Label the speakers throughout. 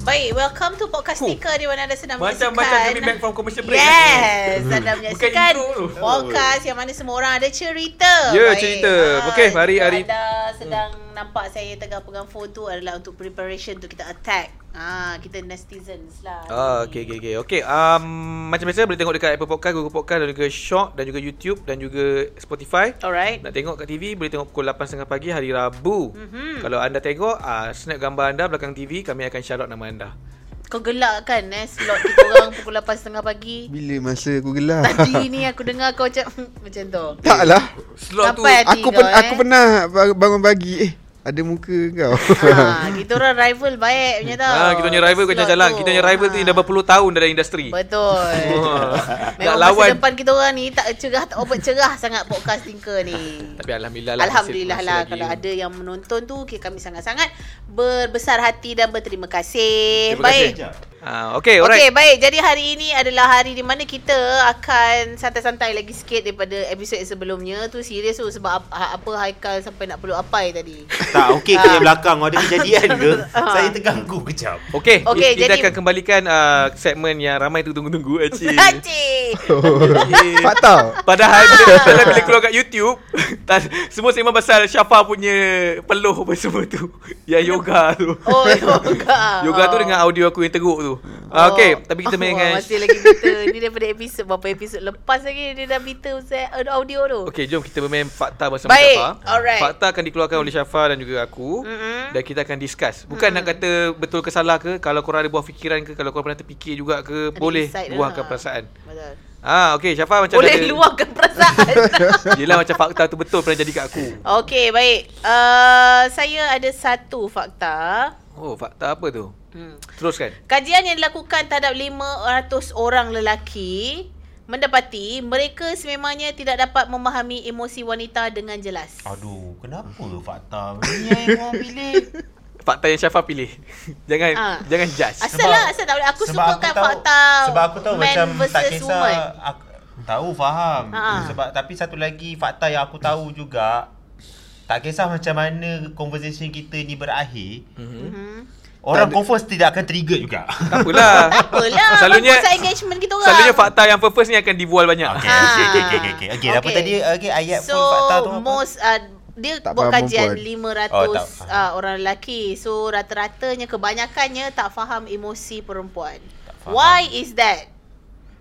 Speaker 1: Baik, welcome to podcast
Speaker 2: Huh.
Speaker 1: Tika di mana anda sedang menyaksikan.
Speaker 2: Macam macam kami back from commercial break. Hmm.
Speaker 1: Yes, anda menyaksikan
Speaker 2: intro tu.
Speaker 1: podcast yang mana semua orang ada cerita. Ah,
Speaker 2: Ya, cerita. Okey, hari-
Speaker 1: jika
Speaker 2: hari- Hmm.
Speaker 1: anda sedang nampak saya tengah pegang phone tu adalah untuk preparation untuk kita attack. Ah, kita netizens lah.
Speaker 2: Ah, okay, okay, okay. Okay, um, macam biasa boleh tengok dekat Apple Podcast, Google Podcast dan juga Shock dan juga YouTube dan juga Spotify.
Speaker 1: Alright.
Speaker 2: Nak tengok kat TV boleh tengok pukul 8.30 pagi hari Rabu.
Speaker 1: Mhm.
Speaker 2: Kalau anda tengok, uh, snap gambar anda belakang TV, kami akan shout out nama anda.
Speaker 1: Kau gelak kan eh slot kita orang pukul 8.30 pagi.
Speaker 3: Bila masa aku gelar?
Speaker 1: Tadi ni aku dengar kau macam "Hmm, macam tu.
Speaker 3: tak lah.
Speaker 2: Slot tu
Speaker 1: Sampai hati
Speaker 3: Aku pen,
Speaker 1: kau,
Speaker 3: aku pernah ba- bangun pagi. Eh, ada muka kau.
Speaker 1: ha, kita orang rival baik punya tau.
Speaker 2: Ah, kita punya rival kau
Speaker 1: Slot
Speaker 2: jalan.
Speaker 1: tu.
Speaker 2: Kita punya rival tu
Speaker 1: Ha.
Speaker 2: dah berpuluh tahun dalam industri.
Speaker 1: Betul.
Speaker 2: Nak
Speaker 1: Memang
Speaker 2: lawan.
Speaker 1: masa depan kita orang ni tak cerah, tak obat cerah sangat podcast Tinker ni.
Speaker 2: Tapi alhamdulillah lah.
Speaker 1: Alhamdulillah
Speaker 2: masih-
Speaker 1: lah
Speaker 2: masih
Speaker 1: kalau
Speaker 2: lagi.
Speaker 1: ada yang menonton tu okay, kami sangat-sangat berbesar hati dan berterima kasih.
Speaker 2: Terima kasih.
Speaker 1: Eh, baik.
Speaker 2: Ah, okay, alright.
Speaker 1: Okey, baik. Jadi hari ini adalah hari di mana kita akan santai-santai lagi sikit daripada episod yang sebelumnya. Tu serius tu sebab apa, apa Haikal sampai nak peluk apai tadi.
Speaker 4: Tak, okey
Speaker 1: Ah.
Speaker 4: ke yang belakang ada kejadian ke? Saya terganggu kejap.
Speaker 2: Okey,
Speaker 1: Okey,
Speaker 2: okay, kita
Speaker 1: jadi-
Speaker 2: akan kembalikan uh, segmen yang ramai tu tunggu-tunggu. Acik.
Speaker 1: Acik.
Speaker 2: Acik.
Speaker 3: Fakta.
Speaker 2: Padahal bila,
Speaker 1: Ah.
Speaker 2: padahal bila keluar kat YouTube tak, Semua sembang pasal Syafa punya peluh apa semua tu Yang yoga tu
Speaker 1: Oh, yoga.
Speaker 2: Yoga tu
Speaker 1: Oh.
Speaker 2: dengan audio aku yang teruk tu Ah, Okay, tapi kita
Speaker 1: Wah,
Speaker 2: main dengan
Speaker 1: Oh. Masih lagi kita Ni daripada episod Berapa episod lepas lagi Dia dah berita Usai audio tu
Speaker 2: Okay, jom kita bermain fakta bersama
Speaker 1: Baik,
Speaker 2: Syafa
Speaker 1: alright.
Speaker 2: Fakta akan dikeluarkan oleh Syafa dan juga aku
Speaker 1: Mm-mm.
Speaker 2: Dan kita akan discuss Bukan nak kata betul ke salah ke Kalau korang ada buah fikiran ke Kalau korang pernah terfikir juga ke
Speaker 1: Ada
Speaker 2: Boleh
Speaker 1: insight dah.
Speaker 2: luahkan perasaan
Speaker 1: Betul.
Speaker 2: Ah, okay Syafa macam
Speaker 1: Boleh
Speaker 2: ada,
Speaker 1: luahkan perasaan
Speaker 2: Yelah macam fakta tu betul pernah jadi kat aku
Speaker 1: Okey baik uh, Saya ada satu fakta
Speaker 2: Oh, fakta apa tu?
Speaker 1: hmm.
Speaker 2: Teruskan
Speaker 1: Kajian yang dilakukan terhadap 500 orang lelaki Mendapati mereka sememangnya tidak dapat memahami emosi wanita dengan jelas
Speaker 4: Aduh, kenapa fakta ni yang orang pilih?
Speaker 2: fakta yang Syafa pilih. jangan
Speaker 1: Ah.
Speaker 2: jangan judge.
Speaker 1: Asal lah asal tak boleh Aku sukakan fakta
Speaker 4: Sebab aku tahu
Speaker 1: man
Speaker 4: macam tak
Speaker 1: versus
Speaker 4: kisah.
Speaker 1: woman.
Speaker 4: Aku, tahu faham.
Speaker 1: Ha.
Speaker 4: Sebab tapi satu lagi fakta yang aku tahu juga tak kisah macam mana conversation kita ni berakhir,
Speaker 1: Mhm.
Speaker 4: orang confirm tidak akan trigger juga.
Speaker 2: Tak apalah.
Speaker 1: Apalah Bagus
Speaker 2: Selalunya
Speaker 1: lah engagement kita orang
Speaker 2: selalunya fakta yang first ni akan dibual banyak.
Speaker 1: Ha.
Speaker 4: Okey, okey, okey, okey, okey. Okey, apa
Speaker 1: Ah. Okey.
Speaker 4: tadi? Okey, ayat
Speaker 1: So
Speaker 4: full fakta tu apa?
Speaker 1: most uh, Dia
Speaker 3: Tak
Speaker 1: buat
Speaker 3: faham
Speaker 1: kajian
Speaker 3: perempuan.
Speaker 1: 500
Speaker 4: Oh, tak faham.
Speaker 1: uh, orang lelaki So rata-ratanya kebanyakannya tak faham emosi perempuan
Speaker 4: faham.
Speaker 1: Why is that?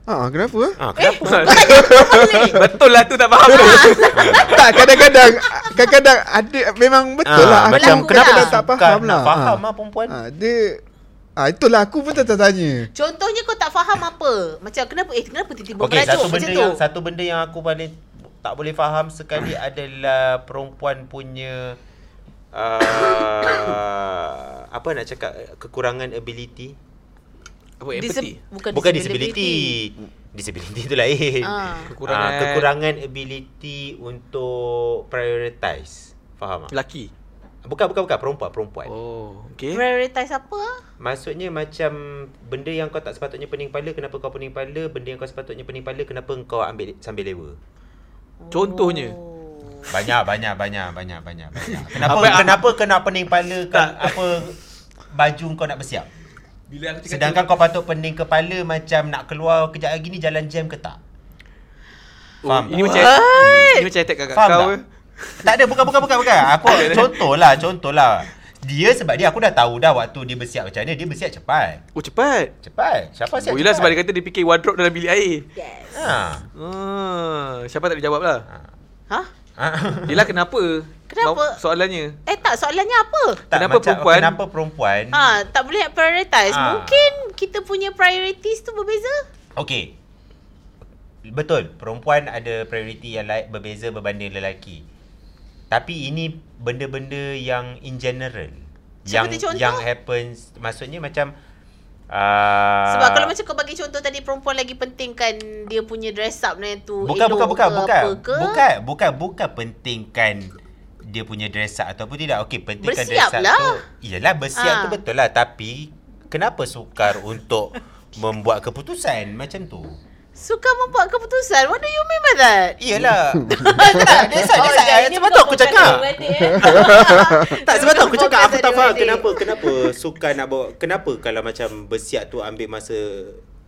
Speaker 3: Ha, kenapa? ah?
Speaker 4: Ah,
Speaker 1: Eh,
Speaker 4: kenapa?
Speaker 1: bukannya boleh.
Speaker 2: Betul lah tu tak faham
Speaker 1: Ah.
Speaker 2: tu.
Speaker 3: tak, kadang-kadang kadang-kadang ada memang betul
Speaker 4: Ah,
Speaker 3: lah. Aku
Speaker 4: macam
Speaker 3: pun
Speaker 4: kenapa
Speaker 3: kadang
Speaker 1: lah.
Speaker 3: tak faham
Speaker 4: Bukan,
Speaker 3: lah.
Speaker 4: nak faham
Speaker 3: Ha.
Speaker 4: lah perempuan.
Speaker 3: Ha, dia Ah itulah aku pun tak tanya.
Speaker 1: Contohnya kau tak faham apa Macam kenapa Eh kenapa tiba-tiba
Speaker 4: Okey,
Speaker 1: merajuk
Speaker 4: satu
Speaker 1: macam
Speaker 4: benda
Speaker 1: tu
Speaker 4: yang satu benda yang aku paling tak boleh faham sekali adalah perempuan punya uh, apa nak cakap kekurangan ability.
Speaker 2: Apa
Speaker 1: Disa-
Speaker 2: empathy?
Speaker 1: bukan,
Speaker 4: Bukan disability. Disability tu lain.
Speaker 1: Ah.
Speaker 2: Kekurangan-
Speaker 4: Kekurangan uh, kekurangan ability untuk prioritize. Faham tak?
Speaker 2: Lelaki.
Speaker 4: Bukan bukan bukan perempuan perempuan. Oh.
Speaker 2: Lah. Oh, okey.
Speaker 1: Prioritize apa ah?
Speaker 4: Maksudnya macam benda yang kau tak sepatutnya pening kepala kenapa kau pening kepala, benda yang kau sepatutnya pening kepala kenapa kau ambil sambil lewa.
Speaker 2: Contohnya.
Speaker 1: Oh.
Speaker 4: Banyak banyak banyak banyak banyak banyak. Kenapa
Speaker 2: Apa-
Speaker 4: kenapa kau nak pening kepala kan apa baju kau nak bersiap?
Speaker 2: Bila aku
Speaker 4: Sedangkan kau patut pening kepala macam nak keluar kejap lagi ni jalan jam ke tak?
Speaker 2: oh,
Speaker 4: Faham
Speaker 2: ini
Speaker 4: tak?
Speaker 2: macam ini macam attack kakak
Speaker 4: Faham
Speaker 2: kau.
Speaker 4: tak? Tak ada bukan bukan bukan bukan. Aku contohlah contohlah. Dia sebab dia aku dah tahu dah waktu dia bersiap macam mana dia bersiap cepat.
Speaker 2: Oh, cepat.
Speaker 4: Cepat. Siapa siap?
Speaker 2: Oh, yelah sebab dia
Speaker 4: cepat?
Speaker 2: kata dia fikir wardrobe dalam bilik air.
Speaker 1: Yes
Speaker 4: Ha.
Speaker 2: Ah, siapa tak boleh jawab lah.
Speaker 1: Hah?
Speaker 4: Ha.
Speaker 2: Yelah kenapa?
Speaker 1: Kenapa?
Speaker 2: Mau- Soalannya.
Speaker 1: Eh tak soalannya apa?
Speaker 4: Tak,
Speaker 2: Kenapa perempuan-
Speaker 4: Kenapa perempuan?
Speaker 1: Ha, tak boleh prioritize.
Speaker 4: Hmm. Ah.
Speaker 1: Mungkin kita punya priorities tu berbeza.
Speaker 4: Okey. Betul, perempuan ada prioriti yang lain berbeza berbanding lelaki. Tapi ini benda-benda yang in general.
Speaker 1: Seperti
Speaker 4: yang
Speaker 1: contoh?
Speaker 4: yang happens maksudnya macam uh,
Speaker 1: Sebab kalau macam kau bagi contoh tadi perempuan lagi pentingkan dia punya dress up ni tu
Speaker 4: bukan
Speaker 1: elok
Speaker 4: bukan bukan
Speaker 1: ke
Speaker 4: bukan
Speaker 1: apa ke.
Speaker 4: bukan bukan bukan pentingkan dia punya dress up ataupun tidak. Okey, pentingkan
Speaker 1: Bersiap
Speaker 4: dress up
Speaker 1: lah.
Speaker 4: tu. Iyalah bersiap
Speaker 1: Ah.
Speaker 4: tu betul lah tapi kenapa sukar untuk membuat keputusan macam tu?
Speaker 1: Suka membuat keputusan. What do you mean by that? Oh,
Speaker 4: Iyalah. tak, that's why, that's why. Sebab tu aku cakap.
Speaker 1: eh.
Speaker 4: Tak, sebab tu aku cakap. Aku tak faham kenapa kenapa sukan nak bawa. Kenapa kalau macam bersiap tu ambil masa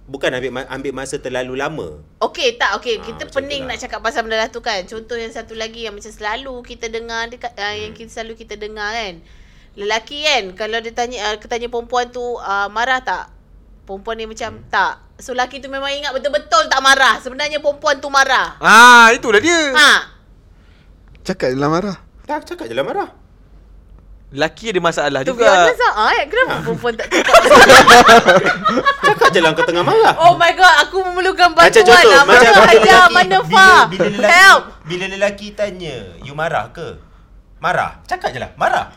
Speaker 4: Bukan ambil ma- ambil masa terlalu lama.
Speaker 1: Okay tak okay
Speaker 4: Ah,
Speaker 1: kita
Speaker 4: macam
Speaker 1: pening
Speaker 4: tu lah.
Speaker 1: nak cakap pasal benda tu kan contoh yang satu lagi yang macam selalu kita dengar dekat uh,
Speaker 4: Hmm.
Speaker 1: yang kita selalu kita dengar kan lelaki kan kalau dia tanya uh, tanya perempuan tu uh, marah tak perempuan ni
Speaker 4: Hmm.
Speaker 1: macam tak so lelaki tu memang ingat betul-betul tak marah sebenarnya perempuan tu marah
Speaker 2: Ah, itulah dia.
Speaker 1: ha
Speaker 3: Cakap dalam marah.
Speaker 4: Tak, aku cakap je lah marah.
Speaker 2: Laki ada masalah
Speaker 1: to be
Speaker 2: juga.
Speaker 1: honest lah ah, eh, kenapa perempuan tak cakap
Speaker 4: Cakap je lah kau tengah marah.
Speaker 1: oh my god aku memerlukan
Speaker 4: Macam
Speaker 1: bantuan
Speaker 4: contoh,
Speaker 1: lah
Speaker 4: macam
Speaker 1: mana
Speaker 4: bila
Speaker 1: Hajar
Speaker 4: lelaki-
Speaker 1: mana
Speaker 4: bila-
Speaker 1: Fah
Speaker 4: bila lelaki-
Speaker 1: help
Speaker 4: Bila lelaki tanya, you marah ke? Marah. Cakap je lah, marah.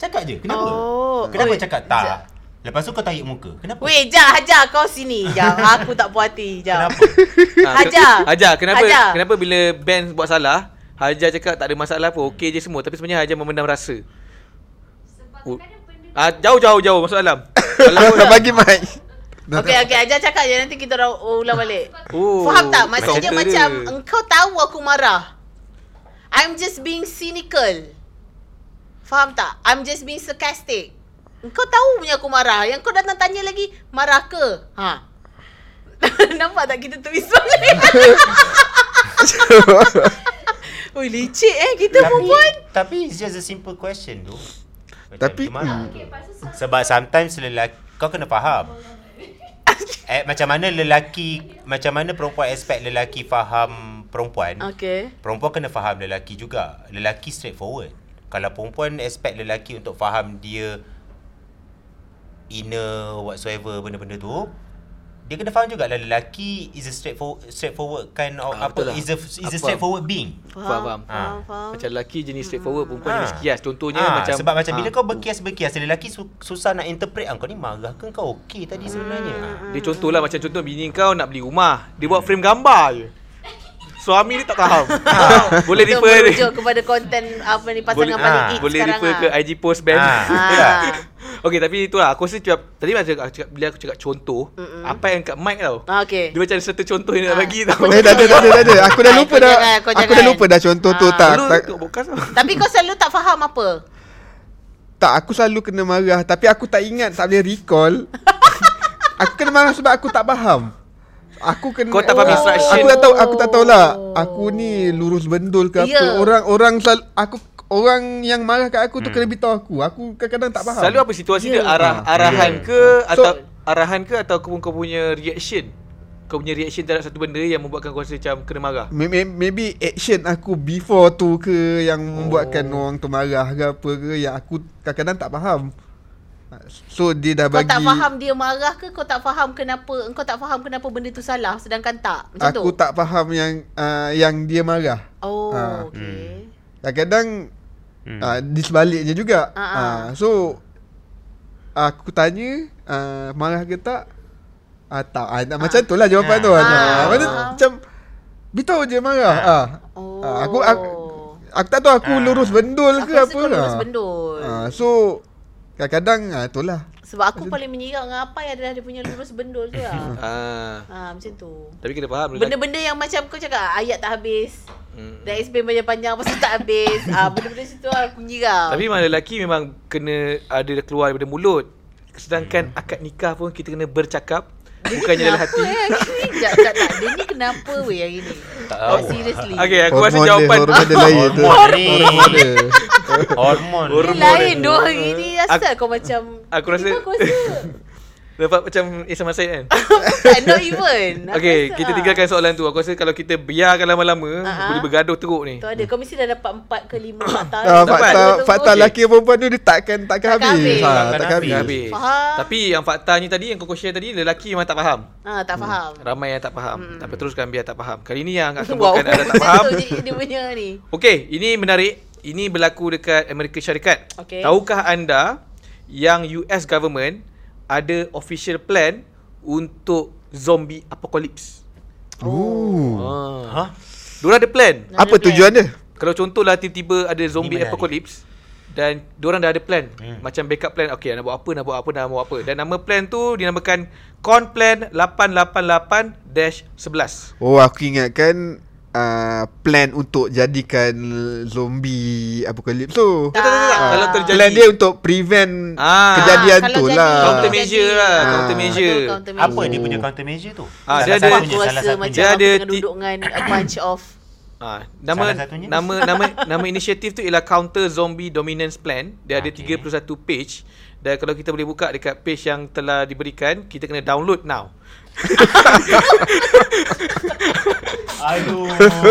Speaker 4: Cakap je, kenapa?
Speaker 1: Oh,
Speaker 4: kenapa
Speaker 1: oi,
Speaker 4: cakap tak? Lepas tu kau tarik muka. Kenapa?
Speaker 1: Weh, Jah, Hajar kau sini. Jah, aku tak puas hati. Jah.
Speaker 4: Kenapa?
Speaker 2: Ah, ke-
Speaker 1: Hajar.
Speaker 2: Hajar, kenapa
Speaker 1: Hajar.
Speaker 2: kenapa bila Ben buat salah, Hajar cakap tak ada masalah apa, okey je semua. Tapi sebenarnya Hajar memendam rasa. Oh. Ah, jauh jauh jauh masuk dalam. Kalau
Speaker 3: Dah bagi mic. Dah-
Speaker 1: Okey okey ajar cakap je nanti kita orang ulang balik.
Speaker 2: Oh,
Speaker 1: Faham tak? Maksudnya
Speaker 2: counter
Speaker 1: macam
Speaker 2: dia.
Speaker 1: engkau tahu aku marah. I'm just being cynical. Faham tak? I'm just being sarcastic. Engkau tahu punya aku marah. Yang kau datang tanya lagi, marah ke? Ha. Nampak tak kita tulis balik? Oi licik eh kita
Speaker 4: tapi,
Speaker 1: perempuan.
Speaker 4: tapi it's just a simple question tu. Macam
Speaker 3: Tapi-
Speaker 4: you marah
Speaker 2: Hmm.
Speaker 4: ke? Sebab sometimes lelaki, kau kena faham. eh, macam mana lelaki, macam mana perempuan expect lelaki faham perempuan.
Speaker 1: Okey.
Speaker 4: Perempuan kena faham lelaki juga. Lelaki straightforward. Kalau perempuan expect lelaki untuk faham dia inner whatsoever benda-benda tu, dia kena faham jugalah lelaki is a straightforward straightforward kind of
Speaker 2: Ah,
Speaker 4: ah,
Speaker 2: betul lah.
Speaker 4: apa is a is
Speaker 2: Apa?
Speaker 4: a straightforward being.
Speaker 2: Faham, faham.
Speaker 1: Faham,
Speaker 4: Ah.
Speaker 1: faham.
Speaker 2: Macam lelaki jenis straightforward, perempuan
Speaker 4: Ah.
Speaker 2: jenis kias. Contohnya
Speaker 4: Ah,
Speaker 2: macam
Speaker 4: sebab macam bila
Speaker 2: ah.
Speaker 4: kau berkias-berkias lelaki su- susah nak interpret ah, kau ni marah ke kau okey tadi sebenarnya.
Speaker 1: Hmm.
Speaker 4: Ah.
Speaker 2: Dia contohlah macam contoh bini kau nak beli rumah, dia buat frame gambar je. Suami dia tak faham. Ah, boleh
Speaker 1: Untuk
Speaker 2: refer
Speaker 1: merujuk kepada konten apa ni pasangan
Speaker 2: Boleh-
Speaker 1: paling
Speaker 4: ah,
Speaker 1: hits
Speaker 2: boleh
Speaker 1: sekarang
Speaker 2: refer ke
Speaker 1: ah.
Speaker 2: IG post Ben.
Speaker 1: Ah.
Speaker 4: Ah.
Speaker 2: lah. Okey tapi itulah aku rasa cakap tadi macam aku cakap bila aku cakap contoh,
Speaker 1: Mm-mm.
Speaker 2: apa yang kat mic tau.
Speaker 1: Ah, okay.
Speaker 2: Dia macam ada satu contoh yang nak
Speaker 1: Ah.
Speaker 2: bagi tau.
Speaker 3: Eh, dah ada, dah ada, dah ada. Aku dah
Speaker 1: Ai,
Speaker 3: lupa
Speaker 1: kau
Speaker 3: dah.
Speaker 1: jangan, kau
Speaker 3: Aku dah
Speaker 1: jangan.
Speaker 3: lupa dah contoh tu
Speaker 1: Ah.
Speaker 3: tak.
Speaker 2: Lu
Speaker 3: tak-
Speaker 2: tengok podcast tau.
Speaker 1: Tapi kau selalu tak faham apa?
Speaker 3: Tak, aku selalu kena marah. Tapi aku tak ingat, tak boleh recall. aku kena marah sebab aku tak faham. Aku kena
Speaker 2: Kau
Speaker 3: Oh.
Speaker 2: tak faham instruction.
Speaker 3: Aku tak tahu, aku tak tahu lah. Aku ni lurus bendul ke apa.
Speaker 1: Oh. Ya.
Speaker 3: Orang orang selalu, aku orang yang marah kat aku tu kena beritahu aku. Aku kadang-kadang tak faham.
Speaker 2: Hmm. Selalu apa situasi
Speaker 1: Ya.
Speaker 2: dia arah
Speaker 3: Ah,
Speaker 2: arahan
Speaker 4: ya.
Speaker 2: ke
Speaker 3: So-
Speaker 2: atau arahan ke atau kau, kau punya reaction? Kau punya reaction terhadap satu benda yang membuatkan kau rasa macam kena marah.
Speaker 3: May- may- Maybe action aku before tu ke yang membuatkan
Speaker 2: Oh.
Speaker 3: orang tu marah ke apa ke yang aku kadang-kadang tak faham. So dia dah
Speaker 1: Kau
Speaker 3: bagi
Speaker 1: tak faham dia marah ke kau tak faham kenapa engkau tak faham kenapa benda tu salah sedangkan tak. Macam tu.
Speaker 3: aku tak faham yang uh, yang dia marah.
Speaker 1: Oh,
Speaker 3: Ah.
Speaker 1: okey.
Speaker 3: Kadang-kadang hmm. uh, di sebaliknya juga.
Speaker 1: Ah,
Speaker 3: Uh-huh. Uh, so aku tanya uh, marah ke tak? Uh, tak. Uh, Macam tu lah jawapan
Speaker 4: Ah.
Speaker 3: tu. Ah.
Speaker 1: Ah.
Speaker 3: Macam macam beritahu je marah. Ah.
Speaker 1: Oh.
Speaker 3: Ah, aku- aku- Aku tak tahu aku
Speaker 4: Ah.
Speaker 3: lurus bendul
Speaker 1: Aku
Speaker 3: ke
Speaker 1: rasa
Speaker 3: apa.
Speaker 1: kau lurus
Speaker 3: Ah.
Speaker 1: bendul.
Speaker 3: Ah, so kadang-kadang ah itulah.
Speaker 1: Sebab aku paling menyirap dengan apa yang adalah dia punya lurus bendul tu
Speaker 3: Hmm.
Speaker 1: lah.
Speaker 2: Ah.
Speaker 1: ha, macam tu.
Speaker 2: Tapi kena faham lelaki-
Speaker 1: Benda-benda yang macam kau cakap ayat tak habis.
Speaker 2: Hmm.
Speaker 1: Dah explain panjang-panjang pasal tak habis. Ah, benda-benda situ aku menyirap.
Speaker 2: Tapi memang lelaki memang kena ada keluar daripada mulut. Sedangkan
Speaker 3: Hmm.
Speaker 2: akad nikah pun kita kena bercakap bukannya dalam hati.
Speaker 1: Apa eh hari ni? Jap, jap, jap. Dia ni kenapa weh hari ni?
Speaker 4: Tak
Speaker 1: Oh,
Speaker 4: tahu.
Speaker 1: seriously.
Speaker 2: Okey, aku rasa
Speaker 3: Hormon dia,
Speaker 2: jawapan
Speaker 3: Hormon dia lain tu.
Speaker 4: Hormon ni.
Speaker 3: Hormon dia.
Speaker 4: Hormon.
Speaker 1: Dia lain dua hari ni asal kau macam
Speaker 2: aku rasa-
Speaker 1: Tiba Aku rasa
Speaker 2: dapat macam Isam Said kan.
Speaker 1: Tak, Not even Aku
Speaker 2: Okey,
Speaker 1: rasa,
Speaker 2: kita
Speaker 1: ah.
Speaker 2: tinggalkan soalan tu. Aku rasa kalau kita biarkan
Speaker 1: Ah,
Speaker 2: lama-lama
Speaker 1: ah.
Speaker 2: boleh bergaduh teruk ni.
Speaker 1: Tu ada Kau mesti dah dapat empat ke lima fakta
Speaker 3: Ah, fakta
Speaker 1: Tunggu, tunggu.
Speaker 3: fakta lelaki dan perempuan tu dia takkan
Speaker 1: Takkan
Speaker 3: takkan habis.
Speaker 1: habis.
Speaker 3: Ha,
Speaker 4: Takkan
Speaker 3: takkan
Speaker 4: habis.
Speaker 3: habis.
Speaker 2: Habis.
Speaker 1: Faham.
Speaker 2: Tapi yang faktanya tadi yang kau share tadi lelaki memang tak faham.
Speaker 1: Ah, tak faham
Speaker 2: Ramai yang tak faham. Tapi teruskan biar tak faham. Kali ni yang akan
Speaker 1: Hmm. Wow
Speaker 2: buatkan anda tak faham.
Speaker 1: Macam tu je Dia punya ni
Speaker 2: Okey, ini menarik. Ini berlaku dekat Amerika Syarikat.
Speaker 1: Okey.
Speaker 2: Tahukah anda yang US government ada official plan untuk zombie apocalypse?
Speaker 3: Ooh.
Speaker 2: Ah.
Speaker 4: Ha?
Speaker 2: Diorang ada plan.
Speaker 1: Nak
Speaker 3: Apa
Speaker 1: ada plan.
Speaker 3: tujuan dia?
Speaker 2: Kalau contohlah tiba-tiba ada zombie
Speaker 4: menarik.
Speaker 2: apocalypse, dan diorang dah ada plan hmm. macam backup plan okey nak buat apa nak buat apa nak buat apa dan nama plan tu dinamakan con plan 888-11
Speaker 3: Oh aku ingatkan uh, plan untuk jadikan zombie apokalips tu.
Speaker 2: tak tak tak, tak.
Speaker 1: Ah.
Speaker 2: kalau terjadi
Speaker 3: Plan dia untuk prevent
Speaker 2: Ah.
Speaker 3: kejadian
Speaker 1: Kalau
Speaker 3: tu
Speaker 1: jadi,
Speaker 3: lah.
Speaker 2: counter measure lah
Speaker 3: Ah.
Speaker 2: counter measure
Speaker 1: Betul, counter
Speaker 4: Apa
Speaker 1: measure.
Speaker 4: dia punya countermeasure tu?
Speaker 2: Ah, dia
Speaker 4: Salah
Speaker 2: ada-
Speaker 4: satunya,
Speaker 1: Aku
Speaker 4: salah
Speaker 1: rasa
Speaker 4: satunya.
Speaker 1: macam
Speaker 2: Dia
Speaker 1: aku
Speaker 2: ada
Speaker 1: tengah
Speaker 2: ti-
Speaker 1: duduk dengan a bunch of
Speaker 2: Ah, nama
Speaker 4: Salah satunya.
Speaker 2: nama nama nama inisiatif tu ialah Counter Zombie Dominance Plan. Dia ada
Speaker 4: Okey.
Speaker 2: 31 page dan kalau kita boleh buka dekat page yang telah diberikan, kita kena download now.
Speaker 4: Aduh.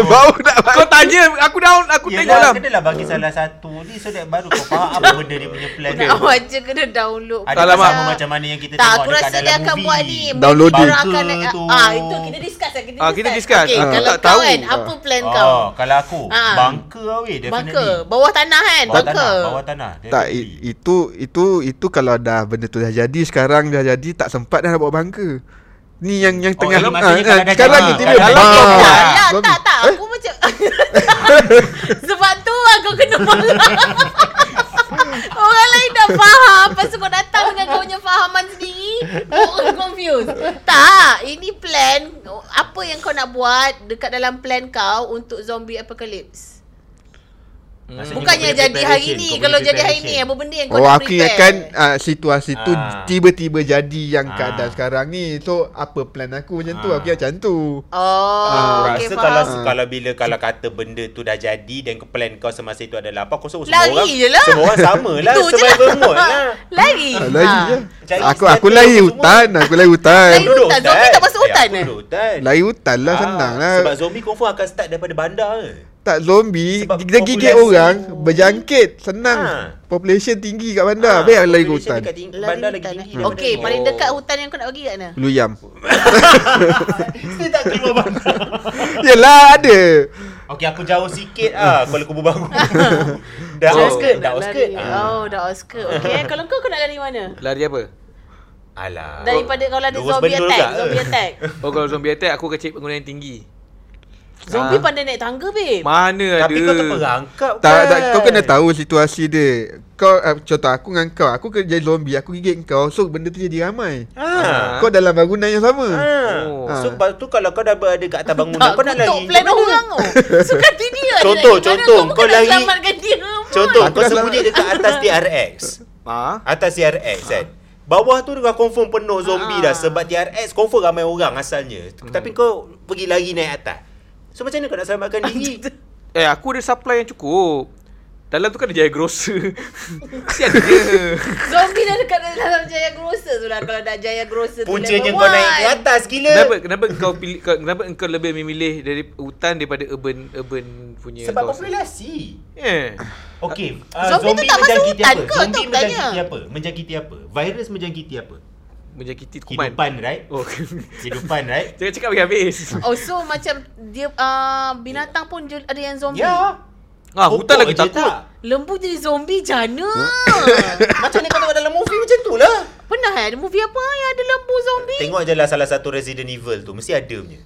Speaker 3: Bau nak
Speaker 2: Kau tanya, aku down, aku tengok lah.
Speaker 4: Yelah, kenalah bagi salah satu ni so that baru kau faham apa benda dia punya plan dia.
Speaker 1: Nak awak je kena download
Speaker 4: Ada
Speaker 2: Alamak.
Speaker 4: sama macam mana yang kita
Speaker 1: Tak
Speaker 4: tengok
Speaker 1: aku
Speaker 4: dekat
Speaker 1: rasa
Speaker 4: dalam
Speaker 1: dia akan
Speaker 4: movie.
Speaker 1: buat ni Mungkin
Speaker 3: Downloading.
Speaker 1: orang akan nak-
Speaker 4: Tu.
Speaker 1: Ah itu kita discuss lah, Kita,
Speaker 2: Ah, kita discuss.
Speaker 1: Okay,
Speaker 2: Ah,
Speaker 1: Kalau
Speaker 2: tak
Speaker 1: kau
Speaker 2: tahu.
Speaker 1: kan Apa plan kau
Speaker 4: Oh, kalau aku
Speaker 1: Ha.
Speaker 4: bangka lah weh definitely.
Speaker 1: Bunker Bawah tanah kan
Speaker 4: Bawah tanah,
Speaker 1: Bunker
Speaker 4: bawah tanah.
Speaker 3: tak i- itu itu itu kalau dah benda tu dah jadi sekarang dah jadi tak sempat dah nak buat bangka. Ni yang yang
Speaker 4: Oh,
Speaker 3: tengah
Speaker 4: ini
Speaker 3: ah,
Speaker 4: maksudnya
Speaker 3: ah,
Speaker 4: kalau dah
Speaker 3: sekarang
Speaker 4: jadi.
Speaker 3: ni tiba
Speaker 4: Kalau
Speaker 3: bang.
Speaker 4: dia
Speaker 1: Tak,
Speaker 4: buat.
Speaker 3: Ah,
Speaker 1: tak,
Speaker 3: zombie.
Speaker 1: tak, tak.
Speaker 2: Eh?
Speaker 1: Aku macam Sebab tu aku kena marah Orang lain dah faham Lepas tu kau datang dengan kau punya fahaman sendiri Orang confused Tak, ini plan Apa yang kau nak buat Dekat dalam plan kau Untuk zombie apocalypse
Speaker 2: Hmm.
Speaker 1: Bukannya jadi hari ni Kalau jadi hari ni Apa benda yang kau
Speaker 3: Oh
Speaker 1: nak
Speaker 3: aku ingatkan
Speaker 1: prepare
Speaker 3: uh, situasi tu
Speaker 4: Ah.
Speaker 3: tiba-tiba jadi yang
Speaker 4: Ah.
Speaker 3: keadaan sekarang ni. So apa plan aku macam tu?
Speaker 4: Ah.
Speaker 3: Aku ingat macam tu.
Speaker 1: Oh,
Speaker 5: Aku Ah,
Speaker 1: okay,
Speaker 5: rasa kalau
Speaker 1: faham.
Speaker 5: kalau bila kalau kata benda tu dah jadi dan ke- plan kau semasa itu adalah apa kau semua
Speaker 1: Lari
Speaker 5: orang
Speaker 1: je lah.
Speaker 5: semua orang sama lah
Speaker 1: Itu je
Speaker 5: survival mode lah.
Speaker 1: Lari.
Speaker 3: Ah, lari
Speaker 1: Ah.
Speaker 3: je.
Speaker 5: Cari
Speaker 3: Aku
Speaker 5: strategi
Speaker 3: aku lari
Speaker 5: apa semua.
Speaker 3: hutan, aku lari hutan.
Speaker 1: Lari hutan. Zombie tak masuk
Speaker 5: eh?
Speaker 1: hutan
Speaker 5: aku
Speaker 1: eh?
Speaker 5: duduk hutan.
Speaker 3: Lari hutan lah
Speaker 5: Ah,
Speaker 3: senang lah.
Speaker 5: Sebab zombie confirm akan start daripada bandar ke.
Speaker 3: Tak zombie
Speaker 5: Sebab
Speaker 3: Dia gigit
Speaker 5: populasi-
Speaker 3: orang Berjangkit Senang
Speaker 5: Ha. Ah,
Speaker 3: Population tinggi kat bandar ha. Biar lari ke
Speaker 5: population
Speaker 3: hutan
Speaker 5: dekat ting-
Speaker 1: Lari
Speaker 5: Bandar lagi
Speaker 1: hutan,
Speaker 5: tinggi
Speaker 1: eh.
Speaker 5: daripada
Speaker 1: Okey,
Speaker 5: ni.
Speaker 1: paling
Speaker 2: Oh.
Speaker 1: dekat hutan yang kau nak pergi kat mana?
Speaker 3: Hulu yam
Speaker 4: Still tak terima bangka.
Speaker 3: Yelah ada
Speaker 4: Okey, aku jauh sikit
Speaker 5: lah,
Speaker 4: ah Kuala Kubu Bangu. Dah
Speaker 2: Oh.
Speaker 4: out skirt,
Speaker 1: Nak
Speaker 4: dah out
Speaker 1: lari.
Speaker 4: skirt. Ah.
Speaker 1: Oh, dah outskirt. Okey, eh, kalau kau kau nak lari mana?
Speaker 2: Lari apa?
Speaker 5: Alah.
Speaker 1: Daripada kalau ada
Speaker 5: Lurus
Speaker 1: zombie
Speaker 5: bendul
Speaker 1: attack,
Speaker 5: tak ke?
Speaker 1: zombie attack.
Speaker 2: Oh kalau zombie attack aku akan cari pengguna yang tinggi.
Speaker 1: Zombie
Speaker 2: Ah.
Speaker 1: pandai naik tangga, babe.
Speaker 2: Mana
Speaker 5: Tapi
Speaker 2: ada.
Speaker 5: kau tak merangkap
Speaker 3: tak, tak, Kau kena tahu situasi dia Kau uh, Contoh aku dengan kau Aku kerja zombie Aku gigit kau So benda tu jadi ramai
Speaker 5: Ha.
Speaker 3: Kau dalam bangunan yang sama
Speaker 2: Oh.
Speaker 5: Ha. So lepas tu kalau kau dah berada kat atas bangunan
Speaker 1: tak,
Speaker 5: kau nak
Speaker 1: kutuk
Speaker 5: lari.
Speaker 1: plan orang tu. Suka dia. dia
Speaker 5: Contoh,
Speaker 1: lari mana,
Speaker 5: contoh,
Speaker 1: bukan
Speaker 5: kau
Speaker 1: nak
Speaker 5: lari-
Speaker 1: Selamatkan dia. pun.
Speaker 5: Contoh
Speaker 3: Aku
Speaker 5: kau
Speaker 3: dah
Speaker 5: sembunyi
Speaker 3: selamat.
Speaker 5: dekat atas TRX.
Speaker 2: Ha?
Speaker 5: Atas TRX kan. Bawah tu dah confirm penuh zombie dah
Speaker 1: Ah.
Speaker 5: sebab TRX confirm ramai orang asalnya.
Speaker 2: Hmm.
Speaker 5: Tapi kau pergi lari naik atas. So macam mana kau nak selamatkan diri?
Speaker 2: Eh aku ada supply yang cukup. Dalam tu kan ada jaya grocer. Kesian dia.
Speaker 1: Zombie dah dekat dalam Jaya Grocer tu lah. Kalau dah Jaya Grocer tu
Speaker 5: Puncanya
Speaker 1: level
Speaker 5: kau naik ke
Speaker 1: one.
Speaker 5: atas gila.
Speaker 2: Kenapa kenapa kau pilih kau, kenapa engkau lebih memilih dari hutan daripada urban urban punya
Speaker 5: Sebab
Speaker 2: kawasan?
Speaker 5: populasi.
Speaker 2: Eh.
Speaker 4: Okey,
Speaker 5: ah,
Speaker 1: Zombie tu tak masuk
Speaker 4: menjangkiti
Speaker 1: hutan
Speaker 4: apa?
Speaker 1: ke? Tu
Speaker 4: Zombie
Speaker 1: aku tanya.
Speaker 4: menjangkiti apa? Menjangkiti apa? Virus menjangkiti apa?
Speaker 2: Menjangkiti kuman.
Speaker 4: Kehidupan, right?
Speaker 2: Oh. okay.
Speaker 4: Kehidupan, right?
Speaker 2: Jangan cakap bagi habis.
Speaker 1: Oh, so macam dia ah, binatang pun je- ada yang zombie.
Speaker 4: Ya.
Speaker 2: Ah, hutan
Speaker 5: Pokok
Speaker 2: lagi
Speaker 5: je
Speaker 2: takut.
Speaker 5: tak.
Speaker 1: Lembu jadi zombie jana.
Speaker 5: Macam mana kau tengok dalam movie macam tu lah.
Speaker 1: Pernah eh, ada movie apa yang ada lembu zombie?
Speaker 5: Tengok je lah salah satu Resident Evil tu. Mesti ada punya.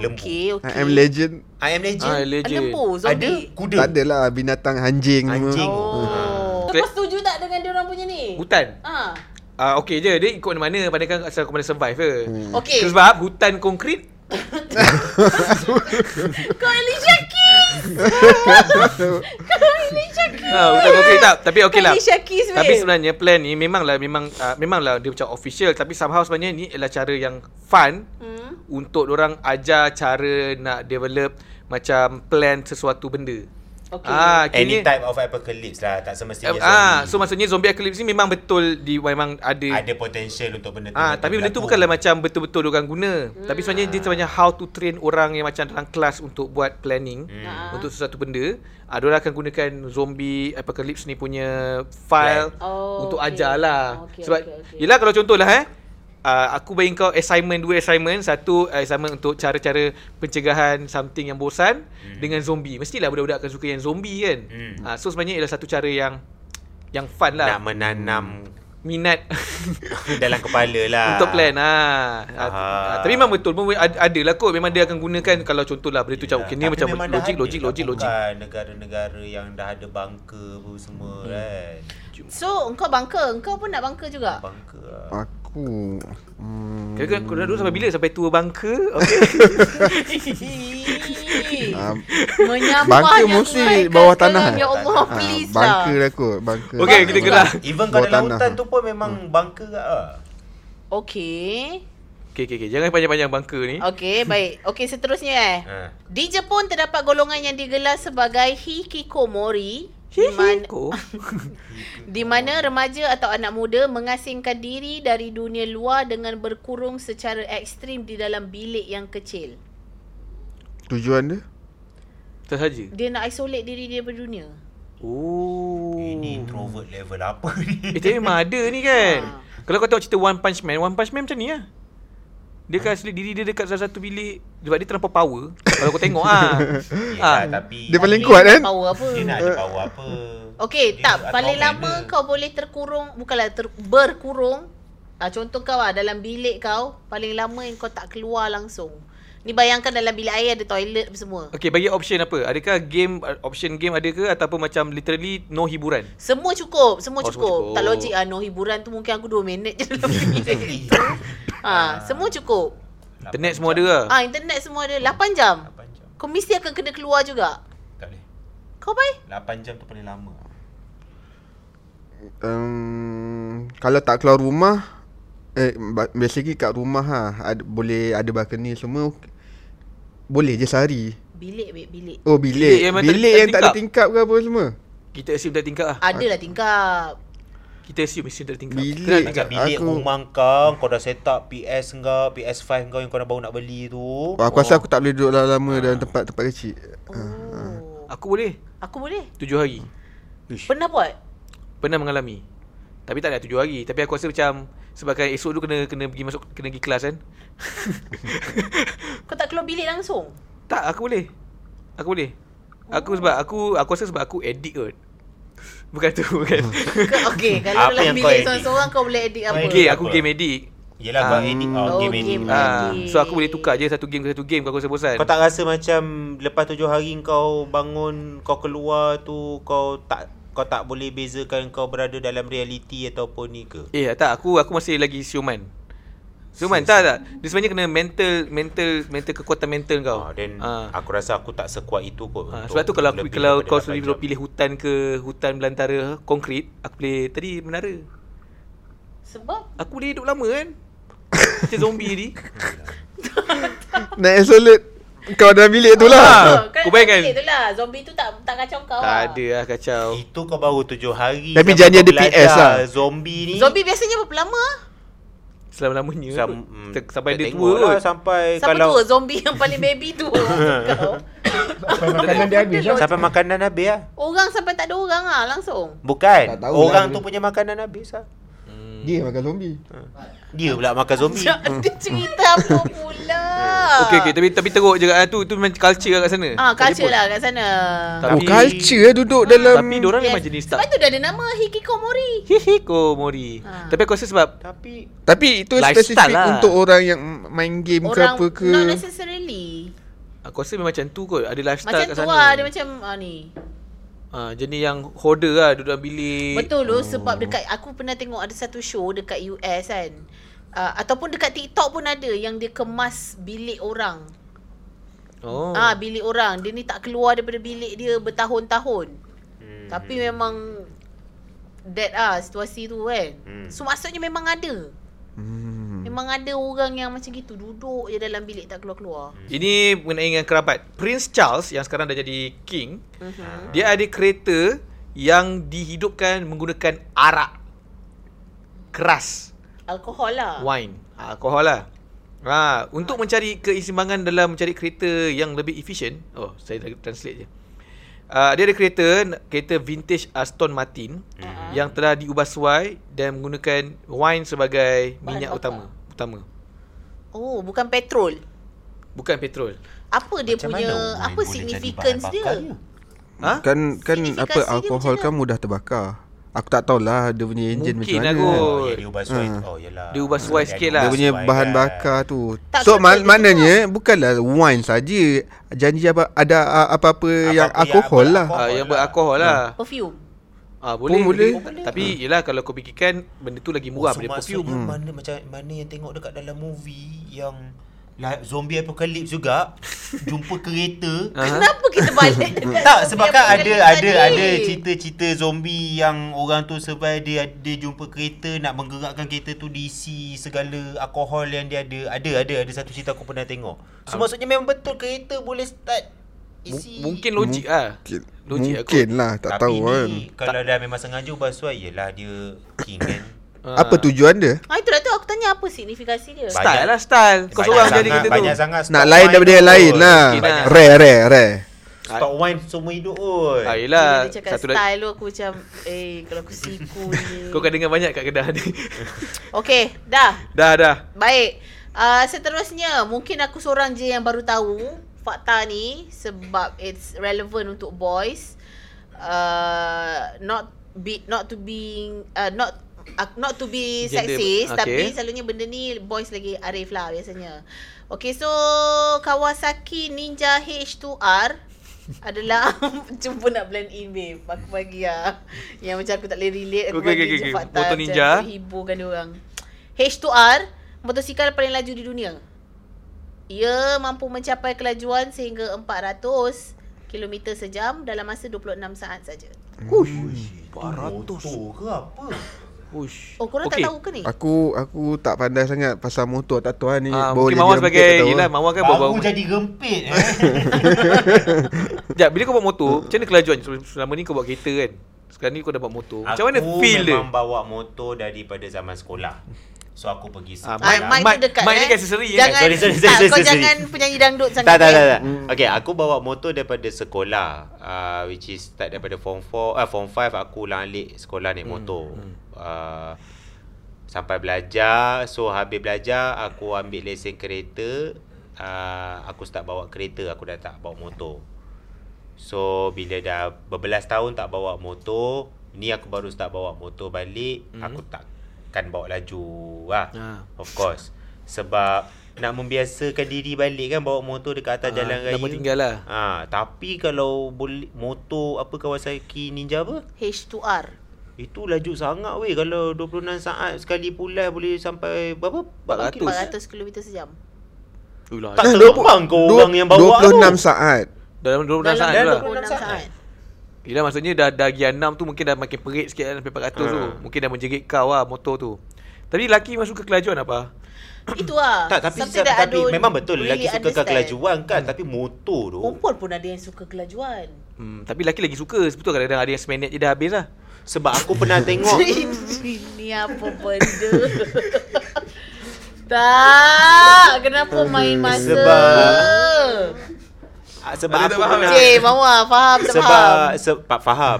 Speaker 5: Lembu.
Speaker 1: Okey, okey.
Speaker 3: I am legend
Speaker 5: I am
Speaker 2: Ah,
Speaker 5: legend.
Speaker 1: Ada
Speaker 2: legend.
Speaker 1: lembu
Speaker 5: ada
Speaker 1: zombie.
Speaker 5: kuda.
Speaker 3: Tak adalah Binatang anjing semua.
Speaker 5: Anjing.
Speaker 1: Oh.
Speaker 2: Klik.
Speaker 1: Kau setuju tak dengan dia orang punya ni?
Speaker 2: Hutan.
Speaker 1: Ha.
Speaker 2: Ah, okey je. Dia ikut mana mana pandai kan asal kau pandai survive ke. Hmm.
Speaker 1: Okey.
Speaker 2: Sebab hutan konkrit
Speaker 1: Kau Alicia Keys. Kau Alicia Keys.
Speaker 2: Ah, hutan konkrit tak. Tapi okey lah.
Speaker 1: Kau Alicia Keys weh.
Speaker 2: Tapi sebenarnya plan ni memanglah memang uh, memanglah dia macam official tapi somehow sebenarnya ni ialah cara yang fun
Speaker 1: Hmm.
Speaker 2: untuk orang ajar cara nak develop macam plan sesuatu benda.
Speaker 1: Okey.
Speaker 2: Ah,
Speaker 5: Any
Speaker 2: akhirnya
Speaker 5: type of apocalypse lah. Tak semestinya
Speaker 2: Ah, ah, so
Speaker 5: zombie.
Speaker 2: maksudnya zombie apocalypse ni memang betul di memang ada.
Speaker 5: ada potential untuk benda tu.
Speaker 2: Ah,
Speaker 5: untuk
Speaker 2: tapi benda tu
Speaker 5: berlaku.
Speaker 2: bukanlah macam betul-betul orang guna.
Speaker 1: Hmm.
Speaker 2: Tapi sebenarnya dia sebenarnya how to train orang yang macam dalam kelas untuk buat planning
Speaker 5: Hmm.
Speaker 1: Ah.
Speaker 2: untuk sesuatu benda. Ah, dia akan gunakan zombie apocalypse ni punya file
Speaker 1: Oh,
Speaker 2: untuk
Speaker 1: okey.
Speaker 2: ajar lah.
Speaker 1: Okey,
Speaker 2: Sebab
Speaker 1: okey, okey.
Speaker 2: yelah kalau contohlah eh Uh, aku bagi kau assignment dua assignment satu uh, assignment untuk cara-cara pencegahan something yang bosan dengan zombie mestilah budak-budak akan suka yang zombie kan
Speaker 5: Hmm.
Speaker 2: Ah, so sebenarnya ialah satu cara yang yang fun lah
Speaker 5: Nak menanam
Speaker 2: minat
Speaker 5: Dalam kepala lah
Speaker 2: untuk plan ah. Ah, tu-
Speaker 5: Ah.
Speaker 2: ah. Tapi memang betul memang ad- ada lah kot memang dia akan gunakan kalau contohlah benda tu macam okey Ah, ni
Speaker 5: Ah, Tapi
Speaker 2: macam
Speaker 5: memang dah
Speaker 2: logik
Speaker 5: ada
Speaker 2: logik
Speaker 5: lah
Speaker 2: logik logik.
Speaker 5: Bukan negara-negara yang dah ada bangka apa semua
Speaker 2: Hmm.
Speaker 5: kan
Speaker 1: So engkau bangka Engkau pun nak bangka juga
Speaker 5: Bangka lah
Speaker 3: Aku hmm,
Speaker 2: Kira-kira kau dah dulu sampai bila sampai tua bangka? Okey.
Speaker 3: ah,
Speaker 1: Menyamah
Speaker 3: Bangka
Speaker 1: yang
Speaker 3: mesti
Speaker 1: kebaikan
Speaker 3: bawah
Speaker 1: sekarang.
Speaker 3: tanah
Speaker 1: Ya Allah
Speaker 3: Ah,
Speaker 1: please lah
Speaker 3: Bangka lah kot Bangka
Speaker 2: Okey, kita gerak.
Speaker 5: Even kau
Speaker 3: Bawah
Speaker 5: dalam
Speaker 3: tanah. Hmm.
Speaker 5: hutan tu pun memang bangka lah
Speaker 1: Okay
Speaker 2: Okey okey okey. Jangan panjang-panjang bangka ni.
Speaker 1: Okay baik Okay seterusnya eh
Speaker 5: ha.
Speaker 1: Di Jepun terdapat golongan yang digelar sebagai Hikikomori di mana,
Speaker 2: Hihiko.
Speaker 1: di mana remaja atau anak muda mengasingkan diri dari dunia luar dengan berkurung secara ekstrim di dalam bilik yang kecil.
Speaker 3: Tujuan dia
Speaker 2: Tak saja.
Speaker 1: Dia nak isolate diri dia berdunia.
Speaker 2: Oh.
Speaker 5: Ini introvert level apa ni
Speaker 2: Eh tapi memang ada ni kan.
Speaker 5: Ah.
Speaker 1: Ha.
Speaker 2: Kalau kau tengok cerita One Punch Man, One Punch Man macam ni lah. Dia
Speaker 5: Ah.
Speaker 2: akan asli diri dia dekat salah satu bilik sebab dia terlampau power. Kalau kau tengok ah. ah.
Speaker 5: Ya, tapi
Speaker 3: Dia paling
Speaker 1: Dia
Speaker 3: kuat kan
Speaker 1: Power apa?
Speaker 5: Dia nak ada power apa
Speaker 1: Okey,
Speaker 5: Dia
Speaker 1: tak
Speaker 5: atau
Speaker 1: paling
Speaker 5: benda.
Speaker 1: lama kau boleh terkurung, bukanlah ter, berkurung. Ah contoh kau ah dalam bilik kau paling lama yang kau tak keluar langsung. Ni bayangkan dalam bilik air ada toilet apa semua.
Speaker 2: Okey, bagi option apa? Adakah game option game ada ke ataupun macam literally no hiburan?
Speaker 1: Semua cukup, semua
Speaker 2: Oh, semua
Speaker 1: cukup.
Speaker 2: cukup.
Speaker 1: Tak logik ah no hiburan tu mungkin aku 2 minit je dalam bilik.
Speaker 5: Exactly Ah.
Speaker 1: ha, semua cukup.
Speaker 2: Internet semua ada lah.
Speaker 1: Ah internet semua ada 8 jam.
Speaker 5: 8 jam
Speaker 1: Kau mesti akan kena keluar juga.
Speaker 5: Tak boleh
Speaker 1: Kau baik?
Speaker 5: 8 jam tu paling lama
Speaker 3: um, Kalau tak keluar rumah Eh, ba- basically kat rumah ha, ada, boleh ada balcony semua ok- Boleh je sehari
Speaker 1: Bilik babe, bilik.
Speaker 3: Oh bilik Bilik yang, bilik yang tak ada tingkap ke apa semua
Speaker 2: Kita assume tak tingkap lah.
Speaker 1: Adalah tingkap.
Speaker 2: Kita assume assume tak tingkap.
Speaker 3: Bilik
Speaker 5: Dekat bilik
Speaker 3: Eh, aku,
Speaker 5: rumah kau Kau dah set up PS kau PS5 kau yang kau dah baru nak beli tu
Speaker 3: Wah,
Speaker 2: Oh.
Speaker 3: aku rasa aku tak boleh duduk lama-lama dalam tempat-tempat kecil
Speaker 1: Oh.
Speaker 2: Aku boleh
Speaker 1: Aku boleh.
Speaker 2: tujuh hari.
Speaker 1: Pernah buat?
Speaker 2: Pernah mengalami. Tapi tak ada tujuh hari. Tapi aku rasa macam sebagai esok tu kena kena pergi masuk kena pergi kelas kan.
Speaker 1: Kau tak keluar bilik langsung?
Speaker 2: tak, aku boleh. Aku boleh. Aku sebab aku aku rasa sebab aku addict kot. Bukan tu, bukan.
Speaker 1: Ke- Okey, kalau
Speaker 5: Apa
Speaker 1: dalam
Speaker 5: yang kau
Speaker 1: bilik
Speaker 5: edit?
Speaker 1: seorang-seorang kau boleh edit apa?
Speaker 5: edit
Speaker 2: Gay, aku
Speaker 5: Apa?
Speaker 2: game addict.
Speaker 5: Yelah kau
Speaker 2: Ah.
Speaker 5: edit
Speaker 1: Oh,
Speaker 5: oh, game
Speaker 1: game
Speaker 5: edit
Speaker 1: edit.
Speaker 2: Ah,
Speaker 1: Addict.
Speaker 2: so aku boleh tukar je satu game ke satu game kalau aku rasa bosan.
Speaker 5: Kau tak rasa macam lepas tujuh hari kau bangun, kau keluar tu kau tak kau tak boleh bezakan kau berada dalam realiti ataupun ni ke?
Speaker 2: Eh tak aku aku masih lagi siuman. Siuman tak tak. Dia sebenarnya kena mental mental mental kekuatan mental kau.
Speaker 5: Ah, then
Speaker 2: Ah.
Speaker 5: aku rasa aku tak sekuat itu kot.
Speaker 2: Ha,
Speaker 5: untuk
Speaker 2: sebab tu kalau aku,
Speaker 5: lebih
Speaker 2: kalau
Speaker 5: daripada
Speaker 2: kau
Speaker 5: lapan
Speaker 2: sendiri
Speaker 5: jam.
Speaker 2: belum pilih hutan ke hutan belantara konkrit, aku boleh tadi menara.
Speaker 1: Sebab
Speaker 2: Aku boleh hidup lama kan. Macam zombie ni.
Speaker 3: Nak isolate Kau dalam bilik tu lah
Speaker 2: Ah, kau bayangkan.
Speaker 1: dalam bilik tu lah Zombie tu tak tak kacau kau
Speaker 2: tak
Speaker 1: lah.
Speaker 2: ada lah kacau.
Speaker 5: itu kau baru tujuh hari.
Speaker 3: Tapi
Speaker 5: sampai
Speaker 3: janji
Speaker 5: kau
Speaker 3: ada
Speaker 5: belajar
Speaker 3: PS lah.
Speaker 5: Zombie ni.
Speaker 1: Zombie biasanya berapa lama? ah?
Speaker 2: Selama-lamanya.
Speaker 5: Sam-
Speaker 2: kot.
Speaker 5: mm,
Speaker 2: Ter- sampai
Speaker 5: tak
Speaker 2: dia
Speaker 5: tengok
Speaker 2: tua
Speaker 5: lah,
Speaker 2: kot.
Speaker 5: sampai
Speaker 4: Eh,
Speaker 1: Siapa
Speaker 5: kalau
Speaker 1: tua zombie yang paling baby tu orang kau.
Speaker 4: Makanan dia habis lah.
Speaker 5: sampai makanan habis lah.
Speaker 1: Orang sampai tak ada orang ah langsung.
Speaker 5: Bukan.
Speaker 3: Tak tahulah
Speaker 5: Orang
Speaker 3: dia.
Speaker 5: tu punya makanan habis lah.
Speaker 3: Dia makan zombie
Speaker 5: Dia pula makan zombie.
Speaker 1: Tak ada cerita apa pula.
Speaker 2: Eh, Okey okey tapi tapi teruk je kat tu tu memang culture kat sana.
Speaker 1: Ah,
Speaker 2: Kat
Speaker 1: culture
Speaker 2: Jepun.
Speaker 1: lah kat sana.
Speaker 2: Tak- Tapi-
Speaker 3: Oh
Speaker 2: Ah,
Speaker 3: culture eh duduk dalam
Speaker 2: Tapi diorang
Speaker 1: Yes.
Speaker 2: memang jenis
Speaker 1: Sebab
Speaker 2: tak.
Speaker 1: tu dah ada nama Hikikomori.
Speaker 2: Hihikomori.
Speaker 1: Ha.
Speaker 2: Tapi aku rasa sebab
Speaker 5: Tapi
Speaker 3: Tapi itu
Speaker 2: Lifestyle
Speaker 3: spesifik
Speaker 2: lah.
Speaker 3: untuk orang yang main game
Speaker 1: Orang
Speaker 3: ke apa ke
Speaker 1: not necessarily.
Speaker 2: aku rasa memang macam tu kot. Ada lifestyle
Speaker 1: Macam
Speaker 2: kat
Speaker 1: tu
Speaker 2: sana.
Speaker 1: lah dia macam ah, ni.
Speaker 2: Ha, jenis yang hoarder lah duduk dalam bilik.
Speaker 1: Betul loh sebab dekat aku pernah tengok ada satu show dekat US kan. Uh, ataupun dekat TikTok pun ada yang dia kemas bilik orang. Oh.
Speaker 2: Oh.
Speaker 1: Ah bilik orang. Dia ni tak keluar daripada bilik dia bertahun-tahun. Hmm. Tapi memang that ah situasi tu kan. Hmm. So maksudnya memang ada.
Speaker 3: hmm.
Speaker 1: Memang ada orang yang macam gitu duduk je dalam bilik tak keluar-keluar.
Speaker 2: Ini mengenai dengan kerabat. Prince Charles yang sekarang dah jadi king,
Speaker 1: Hmm.
Speaker 2: dia ada kereta yang dihidupkan menggunakan arak keras,
Speaker 1: Alkohol lah.
Speaker 2: wine, alkohol lah. Ha,
Speaker 1: Ah.
Speaker 2: untuk mencari keseimbangan dalam mencari kereta yang lebih efisien. Oh, saya dah translate je. Uh, dia ada kereta, kereta vintage Aston Martin
Speaker 1: Mhm.
Speaker 2: yang telah diubah suai dan menggunakan wine
Speaker 1: Bahan
Speaker 2: sebagai minyak
Speaker 1: bakar.
Speaker 2: utama, utama.
Speaker 1: Oh, bukan petrol.
Speaker 2: Bukan petrol.
Speaker 1: Apa dia
Speaker 5: Macam
Speaker 1: punya
Speaker 5: mana wine
Speaker 1: apa
Speaker 5: boleh jadi
Speaker 1: significance
Speaker 5: bahan
Speaker 1: dia?
Speaker 5: bakar ni?
Speaker 2: Ha?
Speaker 3: Kan kan
Speaker 1: Signifikansi
Speaker 3: apa
Speaker 1: dia
Speaker 3: alkohol
Speaker 1: macam
Speaker 3: kan mudah terbakar Aku tak tahulah dia punya enjin
Speaker 2: Mungkin
Speaker 3: macam mana.
Speaker 2: lah
Speaker 5: Ah,
Speaker 2: kot. Oh,
Speaker 3: Aku.
Speaker 4: Oh, ya, dia ubah suai.
Speaker 3: Ha.
Speaker 4: Oh, yalah.
Speaker 2: Dia ubah suai sikit lah.
Speaker 3: Dia punya
Speaker 4: Sesuai
Speaker 3: bahan
Speaker 4: kan.
Speaker 3: bakar tu.
Speaker 1: Tak
Speaker 3: so
Speaker 1: betul
Speaker 3: man-
Speaker 1: dia
Speaker 3: maknanya bukanlah wine saja. Janji apa ada ah, apa-apa yang
Speaker 4: yang
Speaker 3: alkohol lah. Hmm.
Speaker 4: beralkohol.
Speaker 2: Ah, yang beralkohol lah.
Speaker 1: Perfume.
Speaker 2: Ah boleh,
Speaker 3: Pun boleh. Hmm. Oh,
Speaker 2: boleh. Tapi yelah kalau kau fikirkan benda tu lagi murah
Speaker 4: so
Speaker 2: daripada
Speaker 4: maksudnya
Speaker 2: perfume.
Speaker 4: mana macam mana yang tengok dekat dalam movie yang like zombie apocalypse juga jumpa
Speaker 1: Eh,
Speaker 4: kereta
Speaker 1: Kenapa kita balik dekat
Speaker 4: tak
Speaker 1: zombie
Speaker 4: sebab kan ada
Speaker 1: apocalypse
Speaker 4: ada
Speaker 1: tadi?
Speaker 4: ada cerita-cerita zombie yang orang tu survive dia dia jumpa kereta nak menggerakkan kereta tu diisi segala alkohol yang dia ada. Ada ada ada satu cerita aku pernah tengok. So maksudnya memang betul kereta boleh start isi
Speaker 2: M- mungkin logik ah.
Speaker 3: Mungkin,
Speaker 2: Logik aku.
Speaker 3: mungkin lah tak
Speaker 4: Tapi
Speaker 3: tahu kan.
Speaker 4: ni kalau dah memang sengaja ubah suai ialah dia king kan.
Speaker 2: Ah.
Speaker 3: Apa tujuan dia?
Speaker 1: Ah itulah tu aku tanya apa signifikansi dia.
Speaker 4: Ba-
Speaker 2: Style lah style. Kau
Speaker 4: Banyak
Speaker 2: seorang
Speaker 4: sangat-
Speaker 2: jadi kita tu.
Speaker 4: Banyak sangat
Speaker 3: Nak
Speaker 4: stok
Speaker 3: lain
Speaker 4: wine
Speaker 3: daripada
Speaker 4: tu
Speaker 3: yang lain
Speaker 4: kot.
Speaker 3: lah.
Speaker 2: Mungkin lah.
Speaker 3: Rare rare
Speaker 1: Eh.
Speaker 3: rare.
Speaker 4: Stok wine seumur hidup oi.
Speaker 2: Ah
Speaker 1: Bila
Speaker 2: yelah.
Speaker 1: dia cakap
Speaker 2: Satu lagi.
Speaker 1: style tu aku macam eh kalau aku siku ni.
Speaker 2: Kau kan- akan dengar banyak kat kedah ni.
Speaker 1: Okey, dah.
Speaker 2: dah dah.
Speaker 1: Baik. Uh, seterusnya, mungkin aku seorang je yang baru tahu fakta ni sebab it's relevant untuk boys. Uh, not be not to being uh, not uh, not to be
Speaker 2: Gender-
Speaker 1: sexist okay.
Speaker 2: okay.
Speaker 1: tapi selalunya benda ni boys lagi arif lah biasanya. Okay, so Kawasaki Ninja H2R adalah cuba nak blend in babe. Aku bagi lah. Yang macam aku tak boleh relate aku
Speaker 2: Okay,
Speaker 1: bagi
Speaker 2: okay,
Speaker 1: je
Speaker 2: okay.
Speaker 1: fakta
Speaker 2: Motor
Speaker 1: macam
Speaker 2: ninja.
Speaker 1: untuk hiburkan dia orang. H2R, motosikal paling laju di dunia. Ia mampu mencapai kelajuan sehingga 400 km sejam dalam masa 26 saat saja.
Speaker 4: Motor ke apa?
Speaker 2: Ush.
Speaker 1: Oh, korang okay. tak tahu ke ni?
Speaker 3: Aku aku tak pandai sangat pasal motor tak tahu lah ni.
Speaker 2: Ah, mungkin
Speaker 3: baru jadi
Speaker 2: Mawar
Speaker 3: rempit,
Speaker 2: sebagai
Speaker 3: tak tahu.
Speaker 2: Yelah Mawar kan
Speaker 4: Baru
Speaker 2: baru-baru
Speaker 4: jadi rempit eh.
Speaker 2: Sekejap bila kau bawa motor Macam mana kelajuan Selama ni kau bawa kereta kan Sekarang ni kau dah bawa motor Macam mana
Speaker 4: aku
Speaker 2: feel dia
Speaker 4: memang bawa motor daripada zaman sekolah. So aku pergi
Speaker 2: Ah,
Speaker 4: sekolah.
Speaker 1: Ah,
Speaker 2: Mike-
Speaker 1: mic,
Speaker 2: mic-
Speaker 1: tu dekat
Speaker 2: mic
Speaker 1: eh.
Speaker 2: ni accessory, eh.
Speaker 1: Jangan,
Speaker 4: Sorry, sorry, sorry,
Speaker 1: tak, kau
Speaker 4: sorry, sorry.
Speaker 1: jangan penyanyi dangdut sangat.
Speaker 4: tak, tak,
Speaker 1: eh.
Speaker 4: tak, tak. Okay, aku bawa motor daripada sekolah. Uh, which is start daripada form 4, uh, form 5 aku ulang alik sekolah naik motor. Uh, sampai belajar. So, habis belajar, aku ambil lesen kereta. Uh, aku start bawa kereta, aku dah tak bawa motor. So, bila dah berbelas tahun tak bawa motor, ni aku baru start bawa motor balik, mm. aku takkan bawa laju lah.
Speaker 2: Ah.
Speaker 4: Of course. Sebab nak membiasakan diri balik kan bawa motor dekat atas
Speaker 2: Ah,
Speaker 4: jalan raya.
Speaker 2: lama tinggal lah.
Speaker 4: Ah, tapi kalau boleh motor apa Kawasaki Ninja apa?
Speaker 1: H2R.
Speaker 4: Itu laju sangat weh kalau 26 saat sekali pulai boleh sampai berapa?
Speaker 2: 400.
Speaker 1: 400 km sejam.
Speaker 2: Ulah,
Speaker 4: Tak
Speaker 2: dah-
Speaker 4: terbang Lah, kau
Speaker 3: Dua-
Speaker 4: orang yang bawa
Speaker 3: 26 saat.
Speaker 2: Dalam 12 saat
Speaker 4: dalam
Speaker 2: tu lah
Speaker 1: 26
Speaker 4: saat.
Speaker 1: saat.
Speaker 2: Yelah maksudnya dah, dah gear 6 tu Mungkin dah makin perit sikit lah Sampai 400 tu
Speaker 4: Ah.
Speaker 2: Mungkin dah menjerit kau lah motor tu Tapi lelaki masuk ke kelajuan apa?
Speaker 1: Itu lah.
Speaker 4: Tak tapi
Speaker 1: Something
Speaker 4: tapi,
Speaker 1: that I
Speaker 4: tapi
Speaker 1: don't
Speaker 4: memang betul
Speaker 1: really
Speaker 4: lelaki suka
Speaker 1: understand.
Speaker 4: kelajuan kan tapi motor tu.
Speaker 1: Perempuan pun ada yang suka kelajuan.
Speaker 2: Hmm, tapi lelaki lagi suka Sebetulnya kadang-kadang ada yang seminit je dah habis lah
Speaker 4: Sebab aku pernah tengok
Speaker 1: Ini apa benda? tak, kenapa main masa?
Speaker 4: Sebab- Ah, sebab
Speaker 2: Ada tak
Speaker 4: aku
Speaker 2: faham
Speaker 4: pernah
Speaker 1: Cik, Mawar, faham tak faham?
Speaker 4: sebab sebab faham.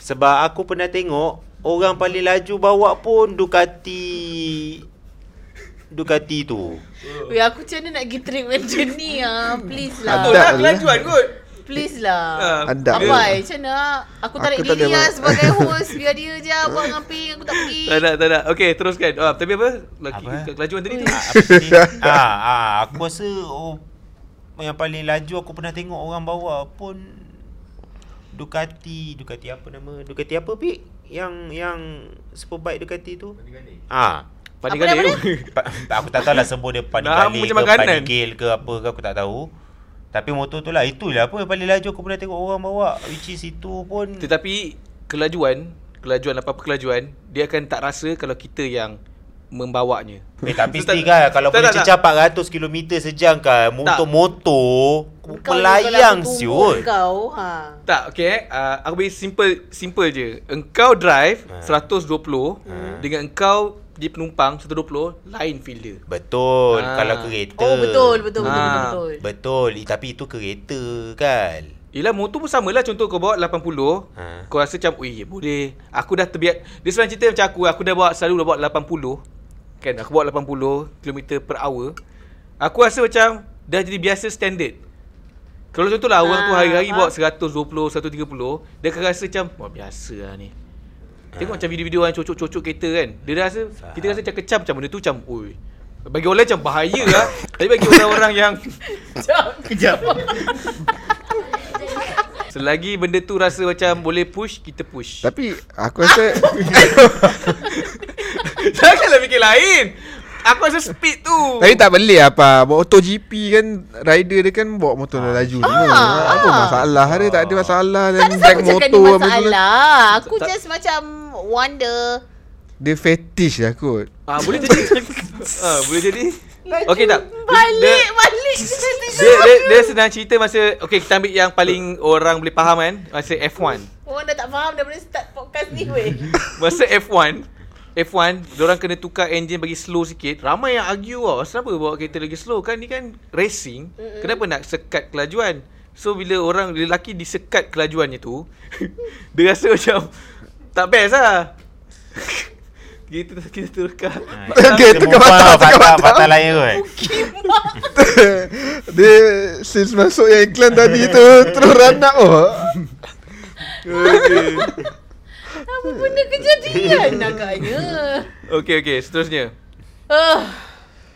Speaker 4: Sebab aku pernah tengok orang paling laju bawa pun Ducati Ducati tu.
Speaker 1: Weh, aku macam mana nak pergi treatment macam ni ah? Please lah.
Speaker 3: Betul lah,
Speaker 2: kelajuan kot
Speaker 1: Please lah.
Speaker 2: Ah,
Speaker 3: Adab
Speaker 1: Apa
Speaker 3: dia.
Speaker 1: eh? Macam mana? Aku tarik
Speaker 3: Aku tak
Speaker 1: diri
Speaker 3: ada
Speaker 1: lah
Speaker 3: buat.
Speaker 1: sebagai host. Biar dia je abang ngamping. Aku tak pergi.
Speaker 2: Tak nak, tak nak Okay, teruskan oh, Tapi apa? Lelaki
Speaker 4: Apa?
Speaker 2: ke- kelajuan tadi
Speaker 4: ah, ah, aku rasa oh, yang paling laju aku pernah tengok orang bawa pun Ducati, Ducati apa nama? Ducati apa pik? Yang yang superbike Ducati tu? Ah.
Speaker 2: Pandai
Speaker 1: Apa
Speaker 2: kali
Speaker 1: nama
Speaker 4: Pa- aku tak tahu lah sebut dia
Speaker 2: Nama
Speaker 4: panikali ke
Speaker 2: macam makanan.
Speaker 4: panikil ke apa ke aku tak tahu. Tapi motor tu lah itulah apa yang paling laju aku pernah tengok orang bawa which is itu pun
Speaker 2: Tetapi kelajuan, kelajuan apa-apa kelajuan, dia akan tak rasa kalau kita yang membawanya.
Speaker 4: Eh tapi
Speaker 2: So, tak-
Speaker 4: still kan Kalau
Speaker 2: tak,
Speaker 4: boleh
Speaker 2: tak, tak.
Speaker 4: cecah 400 km sejam kan Untuk
Speaker 2: Tak.
Speaker 4: motor
Speaker 1: Kau ni
Speaker 4: Melayang
Speaker 1: kalau aku tumbuk
Speaker 4: siut
Speaker 1: Kau, ha.
Speaker 2: Tak, okay eh. Uh, aku bagi simple simple je. Engkau drive
Speaker 4: Ha.
Speaker 2: 120
Speaker 4: Ah.
Speaker 2: dengan engkau jadi penumpang 120 lain feel dia.
Speaker 4: Betul
Speaker 2: Ah.
Speaker 4: Kalau kereta
Speaker 1: Oh, betul, betul, betul,
Speaker 2: Ah,
Speaker 1: betul, betul.
Speaker 4: Betul Eh, Tapi itu kereta kan
Speaker 2: Yelah motor pun samalah contoh kau bawa 80
Speaker 4: Ha.
Speaker 2: Kau rasa macam Ui boleh Aku dah terbiak Dia sebenarnya cerita macam aku Aku dah bawa selalu dah bawa 80 Kan aku bawa 80 km per hour Aku rasa macam Dah jadi biasa standard Kalau contoh lah Orang tu
Speaker 1: Ah,
Speaker 2: hari-hari
Speaker 1: faham.
Speaker 2: bawa 120 130 Dia akan rasa macam Wah biasa lah ni Tengok macam video-video orang cocok-cocok kereta kan. Dia rasa kita rasa macam kecam macam benda tu macam oi. Bagi orang lain macam bahaya lah. Tapi bagi orang-orang yang
Speaker 5: Kejap.
Speaker 2: selagi benda tu rasa macam boleh push, kita push.
Speaker 3: Tapi aku rasa
Speaker 2: Janganlah fikir lain. Aku rasa speed tu.
Speaker 3: Tapi tak boleh apa Bawa motor GP kan Rider dia kan Bawa motor dah laju semua
Speaker 1: Ah,
Speaker 3: Apa
Speaker 1: ah.
Speaker 3: masalah dia Tak ada masalah Dan
Speaker 1: Tak ada
Speaker 3: back
Speaker 1: aku cakap ni
Speaker 3: motor apa semua.
Speaker 1: masalah. Aku
Speaker 2: Tak-
Speaker 1: just macam wonder.
Speaker 3: Dia fetish lah kot
Speaker 2: Ah boleh jadi. ah boleh jadi. Okey tak?
Speaker 1: Balik,
Speaker 2: Dia-
Speaker 1: balik.
Speaker 2: Dia, dia, dia senang cerita masa Okay kita ambil yang paling orang boleh faham kan Masa F1
Speaker 1: Orang dah tak faham daripada start podcast ni weh.
Speaker 2: Masa F1 F1 Diorang kena tukar engine bagi slow sikit Ramai yang argue tau Kenapa bawa kereta lagi slow Kan ni kan racing mm Kenapa nak sekat kelajuan So bila orang lelaki disekat kelajuannya tu Dia rasa macam Tak best lah Kita, kita tukar
Speaker 3: Okay tu kau patah Tu kau
Speaker 4: patah,
Speaker 3: patah
Speaker 4: patah lain kot.
Speaker 3: Dia Since masuk yang iklan tadi tu Terus run up oh.
Speaker 1: Apa benda kejadian agaknya.
Speaker 2: Okay okay seterusnya
Speaker 1: Ah,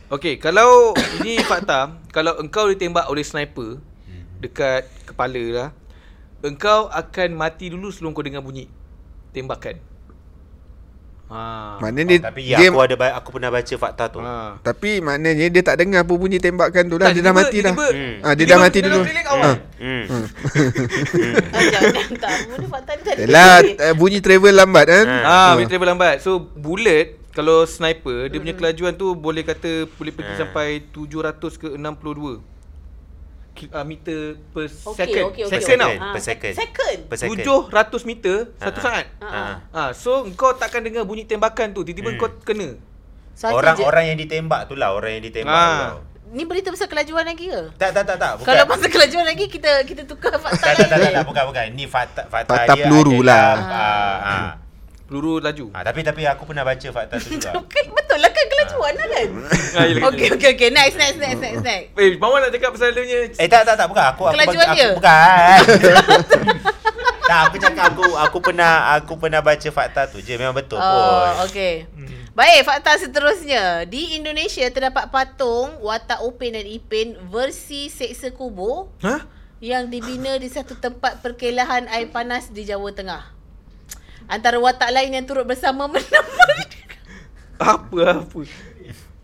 Speaker 2: Okay, kalau ni fakta, kalau engkau ditembak oleh sniper
Speaker 4: Hmm.
Speaker 2: dekat kepala lah, engkau akan mati dulu sebelum kau dengar bunyi tembakan. Ha.
Speaker 3: Maknanya dia,
Speaker 4: Tapi ya,
Speaker 3: dia
Speaker 4: aku ada ba- aku pernah baca fakta tu.
Speaker 2: Ha.
Speaker 3: Tapi maknanya dia tak dengar pun bunyi tembakan tu lah Dia
Speaker 2: tiba-
Speaker 3: dah mati dah
Speaker 2: tiba-
Speaker 4: Hmm.
Speaker 3: Ah, Dia
Speaker 2: tiba
Speaker 3: dah mati
Speaker 2: dalam
Speaker 3: dulu
Speaker 2: feeling awal.
Speaker 3: Ah.
Speaker 4: Hmm.
Speaker 1: jangan tak. Benda fakta ni tadi.
Speaker 3: Yelah eh, bunyi travel lambat kan
Speaker 4: Ah.
Speaker 2: Ah,
Speaker 3: Ah.
Speaker 2: bila travel lambat. So bullet kalau sniper dia punya
Speaker 4: Hmm.
Speaker 2: kelajuan tu boleh kata boleh pergi
Speaker 4: Ah.
Speaker 2: sampai 700 ke 62 ki- ah, meter per
Speaker 1: Okey,
Speaker 2: second.
Speaker 1: okey, okey,
Speaker 2: Second tau.
Speaker 4: okey.
Speaker 1: Ah,
Speaker 4: Per second.
Speaker 1: Second.
Speaker 4: Per second.
Speaker 2: 700 meter satu
Speaker 4: Ah.
Speaker 2: saat.
Speaker 4: Ah.
Speaker 2: Ha, so kau takkan dengar bunyi tembakan tu tiba-tiba hmm. kau kena.
Speaker 1: Satu je.
Speaker 4: Orang-orang yang ditembak tu lah, orang yang ditembak
Speaker 2: Ah.
Speaker 4: tu lah.
Speaker 1: Ni berita pasal kelajuan lagi ke?
Speaker 4: Tak, tak, tak, tak. Bukan.
Speaker 1: Kalau pasal kelajuan lagi kita kita tukar fakta lain.
Speaker 4: tak, tak, tak, tak, tak, bukan, bukan. Ni fakta, fakta,
Speaker 3: Fakta
Speaker 4: dia
Speaker 3: peluru
Speaker 4: adalah,
Speaker 3: lah.
Speaker 4: ah, ah.
Speaker 2: Peluru laju.
Speaker 4: Ah, tapi tapi aku pernah baca fakta tu juga.
Speaker 1: Bukan, betul lah kan kelajuan lah kan?
Speaker 2: Ah, yelah,
Speaker 1: okay, okay, okay. Next, next, next, next, next.
Speaker 2: Eh, Mawar nak cakap pasal dia punya
Speaker 4: Eh tak tak tak bukan aku aku
Speaker 1: Kelajuan
Speaker 4: bagi-
Speaker 1: dia?
Speaker 4: aku bukan. tak aku cakap aku aku pernah aku pernah baca fakta tu je memang betul pun.
Speaker 1: Oh, okay.
Speaker 6: Hmm.
Speaker 1: Baik, fakta seterusnya. Di Indonesia terdapat patung watak Upin dan Ipin versi seksa kubur
Speaker 2: Ha?
Speaker 1: yang dibina di satu tempat perkelahan air panas di Jawa Tengah. Antara watak lain yang turut bersama menempati
Speaker 2: Apa apa?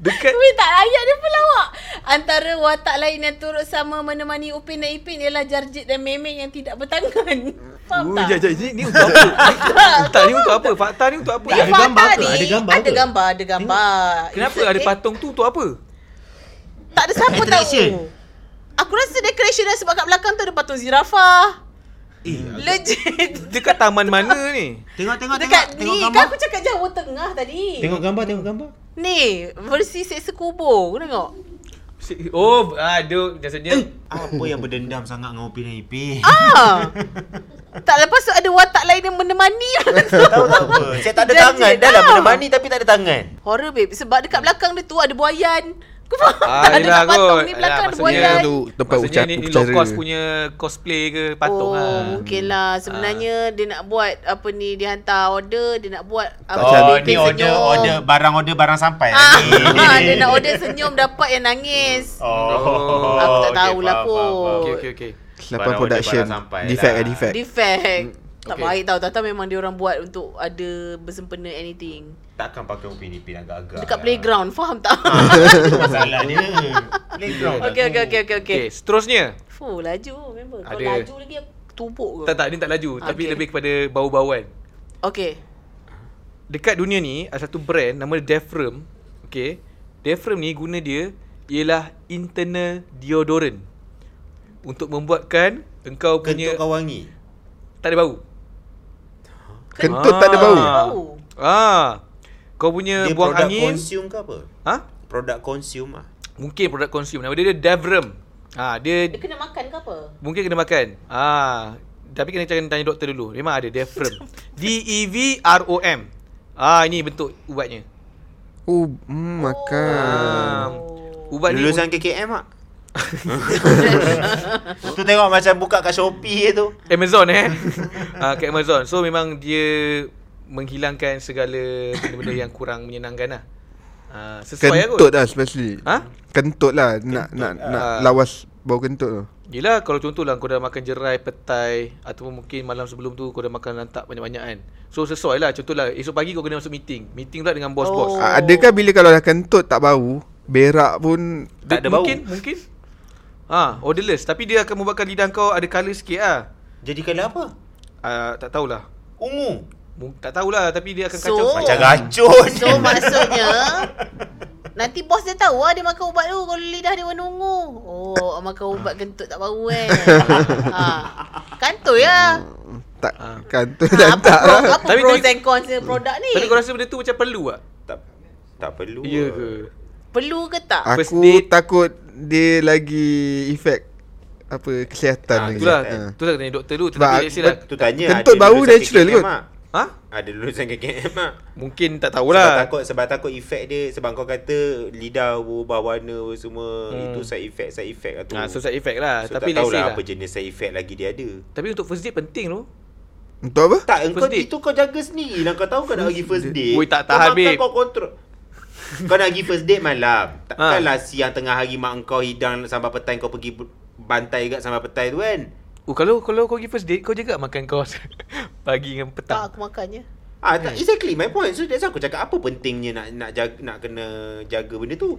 Speaker 2: Dekat
Speaker 1: Tapi tak layak dia pun lawak. Antara watak lain yang turut sama menemani Upin dan Ipin ialah Jarjit dan Memek yang tidak bertangan. Faham
Speaker 2: Oh,
Speaker 1: tak?
Speaker 2: ya, ya, ni, ni untuk apa? Ni- tak, ni untuk apa? Fakta ni untuk apa?
Speaker 1: Dia
Speaker 2: Ya,
Speaker 6: Ada gambar
Speaker 1: fakta
Speaker 6: ke?
Speaker 1: ni,
Speaker 6: Ada gambar
Speaker 1: Ada
Speaker 6: ke?
Speaker 1: gambar, ada gambar.
Speaker 2: kenapa
Speaker 1: It's a-
Speaker 2: ada
Speaker 1: eh,
Speaker 2: patung tu untuk apa?
Speaker 1: Tak ada siapa
Speaker 6: Decoration.
Speaker 1: tahu. Aku rasa decoration dah sebab kat belakang tu ada patung zirafah.
Speaker 6: Eh,
Speaker 1: Legit.
Speaker 2: Dekat taman mana ni?
Speaker 6: tengok tengok tengok
Speaker 1: Dekat
Speaker 6: tengok
Speaker 1: ni,
Speaker 6: gambar.
Speaker 1: kan aku cakap Jawa Tengah tadi.
Speaker 6: Tengok gambar tengok gambar.
Speaker 1: Ni, versi seksa kubur. Kau tengok.
Speaker 2: Si- Oh, aduh, maksudnya
Speaker 1: Eh.
Speaker 4: Apa yang berdendam sangat dengan Upin dan Ipin?
Speaker 1: Ah. tak lepas tu ada watak lain yang menemani.
Speaker 4: Tahu tak apa? Saya tak ada
Speaker 1: Janji
Speaker 4: tangan. Dah lah
Speaker 1: tau.
Speaker 4: menemani tapi tak ada tangan.
Speaker 1: Horror babe Sebab dekat belakang dia tu Ada buayan Kau faham
Speaker 2: Ah,
Speaker 1: tak? Dekat
Speaker 2: yelah
Speaker 1: patung
Speaker 2: kot.
Speaker 1: ni belakang
Speaker 2: Alah,
Speaker 1: ada
Speaker 2: maksudnya
Speaker 1: buayan
Speaker 3: tu tempat
Speaker 2: maksudnya
Speaker 3: ucap
Speaker 2: ni, ni low
Speaker 3: upacara.
Speaker 2: cost punya cosplay ke
Speaker 1: oh,
Speaker 2: patung
Speaker 4: ha.
Speaker 2: ah.
Speaker 1: mungkin lah Sebenarnya dia nak buat Apa ni Dia hantar order Dia nak buat apa,
Speaker 4: Oh,
Speaker 1: Ipin
Speaker 4: ni order
Speaker 1: senyum.
Speaker 4: order barang order barang sampai lah
Speaker 1: ah,
Speaker 4: ni.
Speaker 1: Dia nak order senyum Dapat yang nangis
Speaker 4: Oh,
Speaker 1: Aku tak
Speaker 4: okey,
Speaker 1: tahulah
Speaker 4: faham, faham,
Speaker 1: pun.
Speaker 4: faham.
Speaker 2: Okey, okey, okey.
Speaker 3: Lapan
Speaker 4: Barang
Speaker 3: production
Speaker 4: order barang sampai
Speaker 3: Defect
Speaker 4: lah.
Speaker 3: lah defect Hmm,
Speaker 1: Defect Tak
Speaker 2: Okay.
Speaker 1: baik tau Tata memang dia orang buat Untuk ada Bersempena anything
Speaker 4: Takkan pakai Upin dan Ipin agak-agak.
Speaker 1: Dekat
Speaker 4: lah.
Speaker 1: playground Faham tak?
Speaker 3: Ah,
Speaker 4: Itu masalah dia. Playground. lah
Speaker 1: okay,
Speaker 4: tu.
Speaker 1: okay, okay, okay, okay.
Speaker 2: Okey, seterusnya.
Speaker 1: Fuh, laju memang. Kalau
Speaker 2: Ada.
Speaker 1: laju lagi aku tumbuk ke.
Speaker 2: Tak tak, ni tak laju, tapi
Speaker 1: Okey.
Speaker 2: lebih kepada bau-bauan.
Speaker 1: Okay.
Speaker 2: dekat dunia ni ada satu brand nama dia Defrem. Okay. Defrem ni guna dia ialah internal deodorant untuk membuatkan engkau
Speaker 4: Kentut
Speaker 2: punya
Speaker 4: kau wangi.
Speaker 2: tak ada bau.
Speaker 3: Kentut tak ada bau
Speaker 1: Bau.
Speaker 2: Ah. Kau punya
Speaker 4: Dia
Speaker 2: buang
Speaker 4: produk
Speaker 2: angin.
Speaker 4: consume ke apa?
Speaker 2: ha?
Speaker 4: Produk consume ah.
Speaker 2: Mungkin produk consume. Nama dia, dia Devrim. Ah,
Speaker 1: Dia
Speaker 2: dia
Speaker 1: kena makan ke apa?
Speaker 2: mungkin kena makan. Ah, tapi kena kena tanya doktor dulu. Memang ada Devrim. D E V R O M. Ah, ini bentuk ubatnya.
Speaker 3: Oh mm, makan
Speaker 2: Ah,
Speaker 1: Oh.
Speaker 2: ubat ni
Speaker 4: Lulusan KKM ah. tu tengok macam buka kat Shopee je tu.
Speaker 2: Amazon eh. Ah kat Amazon. So memang dia menghilangkan segala benda-benda yang kurang menyenangkan lah. Uh, sesuai lah
Speaker 3: Kentut
Speaker 2: kot.
Speaker 3: lah especially
Speaker 2: Ha?
Speaker 3: Kentut lah Nak nak nak lawas bau kentut tu
Speaker 2: Yelah kalau contohlah kau dah makan jerai, petai Ataupun mungkin malam sebelum tu kau dah makan lantak banyak-banyak kan So sesuai lah contohlah esok pagi kau kena masuk meeting Meeting pula dengan
Speaker 1: Oh.
Speaker 2: bos-bos
Speaker 3: Ah, Adakah bila kalau dah kentut tak bau Berak pun
Speaker 4: Tak ada bau.
Speaker 2: mungkin, Mungkin Ah, ha, odorless tapi dia akan membuatkan lidah kau ada colour sikit ah.
Speaker 4: Jadi kalau apa?
Speaker 2: Uh, tak tahulah.
Speaker 4: Ungu.
Speaker 2: Mung- tak tahulah tapi dia akan
Speaker 1: So-
Speaker 2: kacau.
Speaker 4: Macam racun.
Speaker 1: Oh. So maksudnya Nanti bos dia tahu lah dia makan ubat tu Kalau lidah dia warna ungu Oh makan ubat kentut tak bau kan ha. Kantoi lah
Speaker 3: Tak kentut
Speaker 1: ha,
Speaker 3: dan
Speaker 1: Apa,
Speaker 3: tak
Speaker 1: pro,
Speaker 3: lah
Speaker 1: apa
Speaker 2: Tapi
Speaker 1: pros
Speaker 2: tadi-
Speaker 1: and cons dia produk ni
Speaker 2: Tapi kau rasa benda tu macam perlu tak?
Speaker 4: tak, tak perlu.
Speaker 2: Ya ke?
Speaker 1: Perlu ke tak?
Speaker 2: First
Speaker 3: Aku
Speaker 2: date.
Speaker 3: takut dia lagi efek apa kesihatan
Speaker 4: Ah,
Speaker 3: lagi.
Speaker 2: Itulah,
Speaker 3: Ah.
Speaker 2: tu lah kena doktor dulu
Speaker 3: Sebab
Speaker 2: Tetapi
Speaker 3: aku-
Speaker 2: let's say lah
Speaker 4: Tu tanya
Speaker 3: Kentut
Speaker 4: ada
Speaker 3: bau
Speaker 4: lulusan
Speaker 3: natural
Speaker 4: KKM
Speaker 3: kot.
Speaker 4: tak?
Speaker 2: Ha?
Speaker 4: Ada lulusan KKM mak.
Speaker 2: Mungkin tak
Speaker 4: lah. Sebab
Speaker 2: tahulah
Speaker 4: takut sebab takut efek dia sebab kau kata lidah berubah warna apa semua
Speaker 2: Hmm.
Speaker 4: hmm. itu side effect side effect lah tu.
Speaker 2: ha, So side effect lah
Speaker 4: so
Speaker 2: Tapi let's
Speaker 4: tak
Speaker 2: say
Speaker 4: tahulah
Speaker 2: lah
Speaker 4: apa jenis side effect lagi dia ada.
Speaker 2: Tapi untuk first date penting tu
Speaker 3: Untuk apa?
Speaker 4: Tak, engkau
Speaker 2: date.
Speaker 4: itu kau jaga sendiri lah. Kau tahu kau nak pergi first date.
Speaker 2: Ui, tak tahan,
Speaker 4: Kau makan
Speaker 2: babe.
Speaker 4: kau kontrol. kau nak pergi first date malam.
Speaker 2: Ah.
Speaker 4: Takkanlah siang tengah hari mak kau hidang sampai petang kau pergi bu- bantai kat sampai petang tu kan.
Speaker 2: Oh kalau kalau kau pergi first date kau jaga makan kau pagi dengan
Speaker 1: Tak
Speaker 2: petang.
Speaker 1: aku makannya
Speaker 4: Ah,
Speaker 2: Hmm.
Speaker 4: tak, exactly my point. So that's why aku cakap apa pentingnya nak nak jaga, nak kena jaga benda tu.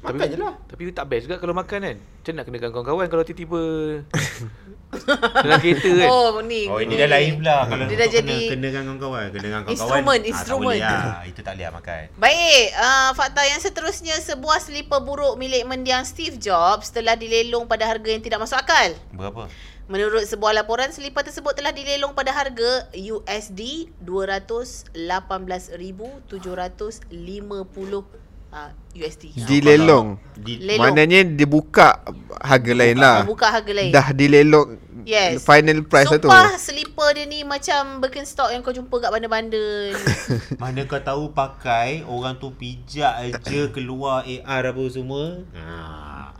Speaker 4: Makan
Speaker 2: tapi,
Speaker 4: je lah.
Speaker 2: Tapi tak best juga kalau makan kan. Macam nak kena dengan kawan-kawan kalau tiba-tiba dalam kereta kan.
Speaker 1: Oh ni
Speaker 4: Oh ini dah lain pula
Speaker 1: Dia
Speaker 4: Kalau kau
Speaker 1: dah
Speaker 4: kena-
Speaker 1: jadi
Speaker 4: Kena dengan kawan-kawan Kena dengan kawan-kawan
Speaker 1: Instrumen,
Speaker 4: ah,
Speaker 1: instrumen.
Speaker 4: Tak boleh lah Itu tak boleh lah makan
Speaker 1: Baik, uh, fakta yang seterusnya sebuah slipper buruk milik mendiang Steve Jobs telah dilelong pada harga yang tidak masuk akal.
Speaker 4: Berapa?
Speaker 1: Menurut sebuah laporan, selipar tersebut telah dilelong pada harga USD 218,750 uh, USD.
Speaker 3: Dilelong.
Speaker 4: Di,
Speaker 1: Lelong.
Speaker 3: Maknanya dia buka harga lain lah.
Speaker 1: Buka harga lain.
Speaker 3: Dah dilelong
Speaker 1: Yes.
Speaker 3: final price lah tu.
Speaker 1: Sumpah slipper dia ni macam Birkenstock yang kau jumpa kat bandar-bandar ni.
Speaker 4: Mana kau tahu pakai Orang tu pijak je Keluar AR apa semua ha.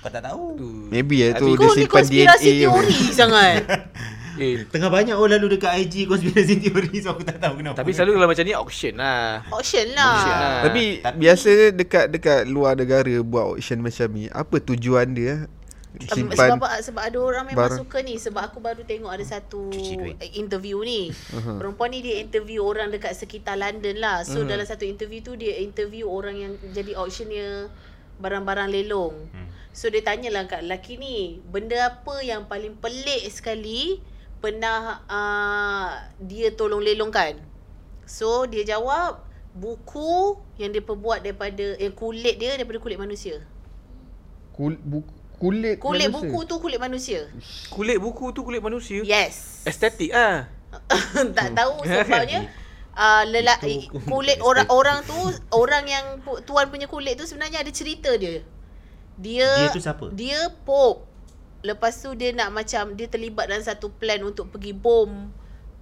Speaker 4: Kau tak tahu
Speaker 3: Maybe lah
Speaker 2: Tapi
Speaker 3: tu dia
Speaker 1: Kau ni
Speaker 3: simpan
Speaker 1: konspirasi
Speaker 3: DNA. pun.
Speaker 1: teori sangat.
Speaker 2: Eh,
Speaker 4: Tengah banyak orang lalu dekat IG Conspiracy theory So aku tak tahu kenapa
Speaker 2: tapi selalu kalau macam ni auction lah.
Speaker 1: Auction
Speaker 2: Auction
Speaker 1: lah.
Speaker 2: lah.
Speaker 3: Tapi biasa dekat dekat luar negara buat auction macam ni, apa tujuan dia?
Speaker 1: Um, sebab
Speaker 3: Simpan
Speaker 1: apa- sebab ada orang memang
Speaker 3: barang.
Speaker 1: suka ni sebab aku baru tengok ada satu
Speaker 4: Cuci duit.
Speaker 1: eh, interview ni. Uh-huh. Perempuan ni dia interview orang dekat sekitar London lah. So uh-huh. dalam satu interview tu dia interview orang yang jadi auctioneer barang-barang lelong. Hmm. So dia tanyalah kat lelaki ni, benda apa yang paling pelik sekali pernah uh, dia tolong lelongkan? So dia jawab buku yang dia perbuat daripada eh, kulit dia daripada kulit manusia.
Speaker 3: kul- bu- kulit
Speaker 1: Kulit
Speaker 3: manusia.
Speaker 1: buku tu kulit manusia.
Speaker 2: Kulit buku tu kulit manusia.
Speaker 1: Yes.
Speaker 2: Estetik ah.
Speaker 1: tak tahu sebabnya uh, lelak kulit orang orang tu orang yang pu- tuan punya kulit tu sebenarnya ada cerita dia. Dia
Speaker 4: Dia tu siapa?
Speaker 1: Dia pope. Lepas tu dia nak macam dia terlibat dalam satu plan untuk pergi bom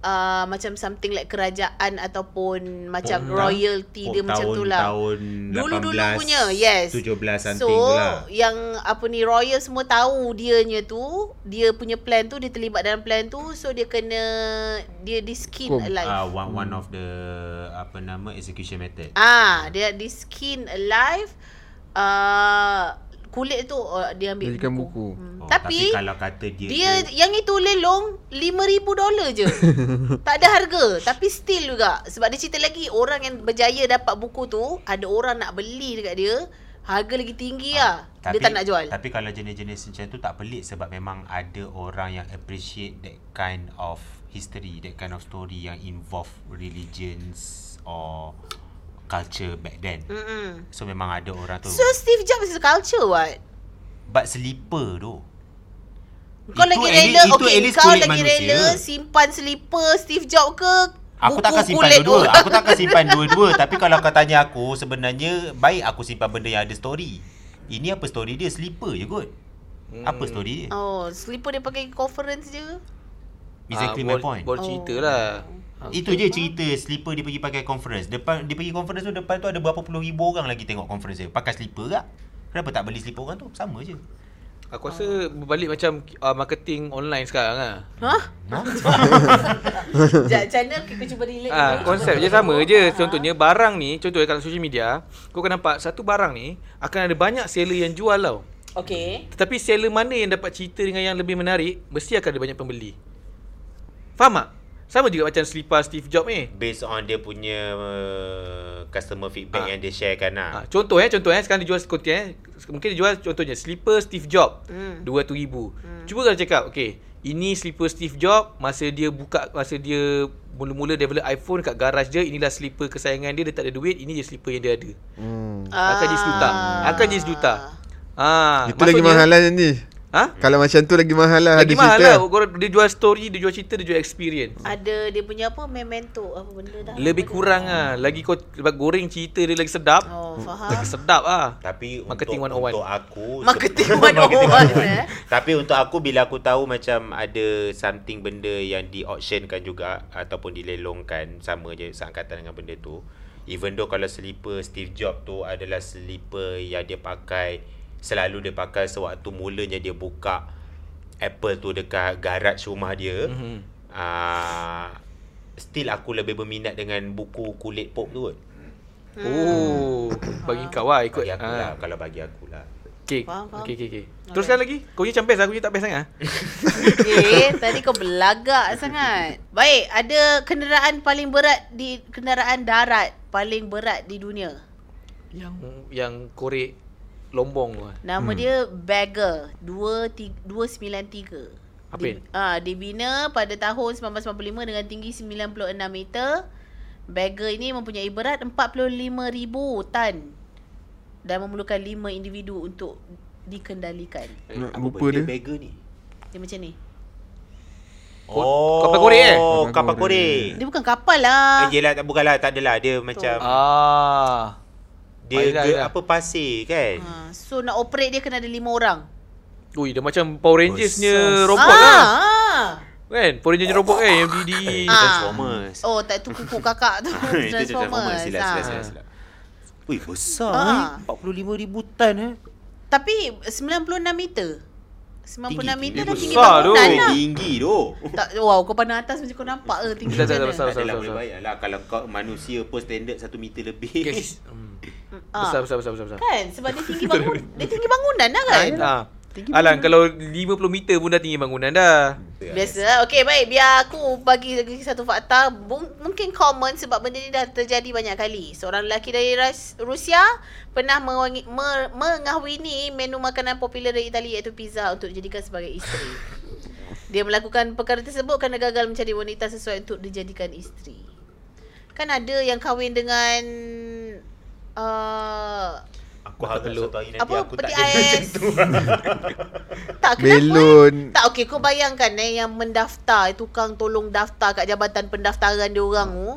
Speaker 1: uh, macam something like kerajaan ataupun macam
Speaker 4: Pop lah.
Speaker 1: royalty dia
Speaker 4: Pop
Speaker 1: macam
Speaker 4: tahun-
Speaker 1: tu lah.
Speaker 4: Tahun
Speaker 1: Dulu-dulu
Speaker 4: 18,
Speaker 1: punya, yes.
Speaker 4: 17 something
Speaker 1: So
Speaker 4: tu lah
Speaker 1: yang apa ni royal semua tahu dianya tu, dia punya plan tu dia terlibat dalam plan tu so dia kena dia di skin
Speaker 3: Hukum.
Speaker 1: alive.
Speaker 4: uh, one, one of the Apa nama Execution method
Speaker 1: Ah, dia di skin alive. Uh, kulit tu uh, dia ambil
Speaker 3: Jadikan buku.
Speaker 1: Hmm.
Speaker 4: Oh,
Speaker 1: tapi,
Speaker 4: tapi kalau kata dia,
Speaker 1: dia
Speaker 4: tu-
Speaker 1: yang itu lelong $5,000 je. tak ada harga tapi still juga sebab dia cerita lagi orang yang berjaya dapat buku tu ada orang nak beli dekat dia harga lagi tinggi lah. dia tak nak jual.
Speaker 4: Ah, Tapi kalau jenis-jenis macam tu tak pelik sebab memang ada orang yang appreciate that kind of history, that kind of story yang involve religions or culture back then.
Speaker 1: Mm-mm.
Speaker 4: So memang ada orang tu.
Speaker 1: Hmm. So Steve Jobs is a culture what?
Speaker 4: But sleeper tu.
Speaker 1: Kau
Speaker 4: Itu
Speaker 1: lagi
Speaker 4: at least-
Speaker 1: rela
Speaker 4: itu at
Speaker 1: okay,
Speaker 4: least
Speaker 1: kau
Speaker 4: kulit
Speaker 1: lagi
Speaker 4: manusia.
Speaker 1: rela simpan slipper Steve Jobs ke
Speaker 4: Aku
Speaker 1: buku
Speaker 4: takkan simpan
Speaker 1: kulit
Speaker 4: dua-dua.
Speaker 1: orang?
Speaker 4: Aku takkan simpan dua-dua. Tapi kalau kau tanya aku, sebenarnya baik aku simpan benda yang ada story. Ini apa story dia? Sleeper je kot. Apa story dia?
Speaker 1: Oh, slipper dia pakai conference je.
Speaker 4: Exactly
Speaker 2: Ah,
Speaker 4: my
Speaker 2: baru-
Speaker 4: point.
Speaker 2: Baru cerita lah.
Speaker 1: Oh.
Speaker 2: Ah,
Speaker 4: Itu je cerita sleeper dia pergi pakai conference. Depan dia pergi conference tu depan tu ada berapa puluh ribu orang lagi tengok conference dia. Pakai sleeper tak? Kenapa tak beli sleeper orang tu? Sama je.
Speaker 2: Aku rasa berbalik macam uh, marketing online sekarang lah.
Speaker 1: Hah? Sekejap, Macam mana kita cuba relate
Speaker 2: Ah,
Speaker 1: dulu.
Speaker 2: konsep je sama je. Contohnya barang ni, contohnya kalau social media, kau akan nampak satu barang ni akan ada banyak seller yang jual tau.
Speaker 1: Okay
Speaker 2: Tetapi seller mana yang dapat cerita dengan yang lebih menarik, mesti akan ada banyak pembeli. Faham tak? Sama juga macam selipar Steve Jobs ni.
Speaker 4: Based on dia punya uh, customer feedback
Speaker 2: Ah.
Speaker 4: yang dia sharekan lah.
Speaker 2: Ha, contoh eh, contoh eh sekarang dia jual skoter eh. Mungkin dia jual contohnya slipper Steve Jobs hmm. 200,000. Hmm. Cuba kalau cakap, okey, ini slipper Steve Jobs masa dia buka masa dia mula-mula develop iPhone kat garage dia, inilah slipper kesayangan dia, dia tak ada duit, ini je slipper yang dia ada.
Speaker 3: Hmm.
Speaker 2: Akan jadi sejuta.
Speaker 1: Ah.
Speaker 2: Akan jadi sejuta. Ah,
Speaker 3: Itu lagi mahal lah ni.
Speaker 2: Ha?
Speaker 3: Kalau macam tu lagi mahal lah
Speaker 2: Lagi
Speaker 3: ada
Speaker 2: mahal
Speaker 3: cerita.
Speaker 2: lah. Korang- Dia jual story, dia jual cerita, dia jual experience.
Speaker 1: Ada dia punya apa Memento Apa benda dah
Speaker 2: Lebih kurang ah. Lagi kau goreng cerita dia lagi sedap.
Speaker 1: Oh faham
Speaker 2: Lagi sedap ah.
Speaker 4: Tapi
Speaker 2: Marketing
Speaker 4: untuk,
Speaker 2: 101.
Speaker 4: untuk aku
Speaker 1: Marketing
Speaker 4: sebelum-
Speaker 1: 101, eh.
Speaker 4: Tapi untuk aku bila aku tahu macam ada something benda yang di auctionkan juga ataupun dilelongkan sama je seangkatan dengan benda tu. Even though kalau slipper Steve Jobs tu adalah slipper yang dia pakai selalu dia pakai sewaktu mulanya dia buka Apple tu dekat garaj rumah dia. Mm-hmm.
Speaker 2: Mhm.
Speaker 4: Uh, still aku lebih berminat dengan buku kulit pop tu kot.
Speaker 2: Oh, bagi kau lah ikut.
Speaker 4: Bagi aku lah,
Speaker 2: Ah.
Speaker 4: kalau bagi aku lah.
Speaker 2: Okey.
Speaker 1: Faham, faham.
Speaker 2: Okey okey okey. Teruskan lagi. Kau punya macam best, aku punya tak best sangat. eh?
Speaker 1: Okay Tadi kau belagak sangat Baik Ada kenderaan paling berat Di kenderaan darat Paling berat di dunia
Speaker 2: yang yang korek lombong tu. lah.
Speaker 1: Nama hmm. dia Bagger 293
Speaker 2: Apa
Speaker 1: Di-
Speaker 2: ni?
Speaker 1: Ah, dibina pada tahun 1995 dengan tinggi 96 meter. Bagger ini mempunyai berat 45,000 tan dan memerlukan 5 individu untuk dikendalikan.
Speaker 4: Eh,
Speaker 3: Nak
Speaker 4: apa
Speaker 3: lupa
Speaker 4: benda
Speaker 3: dia.
Speaker 4: Bagel ni.
Speaker 1: Dia macam ni.
Speaker 4: Oh,
Speaker 2: kapal korek eh?
Speaker 4: Kapal korek.
Speaker 1: Dia bukan kapal lah.
Speaker 4: Eh, yelah, tak, bukanlah, tak adalah. Dia macam,
Speaker 2: Ah.
Speaker 4: dia
Speaker 2: Ayolah,
Speaker 4: ge-
Speaker 2: ayolah.
Speaker 4: apa pasir kan?
Speaker 1: Ah, so nak operate dia kena ada 5 orang.
Speaker 2: Ui, dia macam Power Rangersnya robot
Speaker 1: ah,
Speaker 2: kan.
Speaker 1: ah.
Speaker 2: Kan? Power Rangers robot kan yang di
Speaker 1: Ah.
Speaker 4: Transformers.
Speaker 1: Oh, tak tu kuku kakak tu.
Speaker 4: Itu Transformers. Transformers. Silap,
Speaker 1: Ah.
Speaker 4: silap, silap, silap. Ui, besar
Speaker 1: Ah.
Speaker 4: eh. 45,000 tan eh.
Speaker 1: Tapi 96 meter. 96 meter
Speaker 4: Dia
Speaker 1: dah tinggi
Speaker 2: besar tu.
Speaker 1: bangunan
Speaker 4: Eh,
Speaker 1: lah.
Speaker 4: tinggi tu.
Speaker 1: Tak, wow, kau pandang atas macam kau nampak ke tinggi
Speaker 2: Tak, tak,
Speaker 1: macam
Speaker 2: tak,
Speaker 1: mana?
Speaker 2: besar,
Speaker 4: Tak adalah
Speaker 2: besar,
Speaker 4: boleh
Speaker 2: besar.
Speaker 4: bayar lah. Kalau kau manusia pun standard 1 meter lebih.
Speaker 2: Yes. Hmm.
Speaker 1: Ah.
Speaker 2: Besar besar besar besar besar.
Speaker 1: Kan sebab dia tinggi bangun dia tinggi bangunan lah kan.
Speaker 2: Ah. Alang kalau 50 meter pun dah tinggi bangunan dah.
Speaker 1: Biasa lah. Okey baik biar aku bagi lagi satu fakta Bung- mungkin common sebab benda ni dah terjadi banyak kali. Seorang lelaki dari Ras- Rusia pernah mewangi, mer, mengahwini menu makanan popular dari Itali iaitu pizza untuk dijadikan sebagai isteri. Dia melakukan perkara tersebut kerana gagal mencari wanita sesuai untuk dijadikan isteri. Kan ada yang kahwin dengan uh,
Speaker 4: Aku harap
Speaker 2: peluk.
Speaker 4: satu hari nanti
Speaker 1: apa
Speaker 4: aku tak
Speaker 1: peti
Speaker 4: ada macam
Speaker 1: ais.
Speaker 4: tu.
Speaker 1: tak kenapa?
Speaker 3: Belon.
Speaker 1: Eh? Tak okey kau bayangkan eh yang mendaftar eh, tukang tolong daftar kat jabatan pendaftaran dia orang tu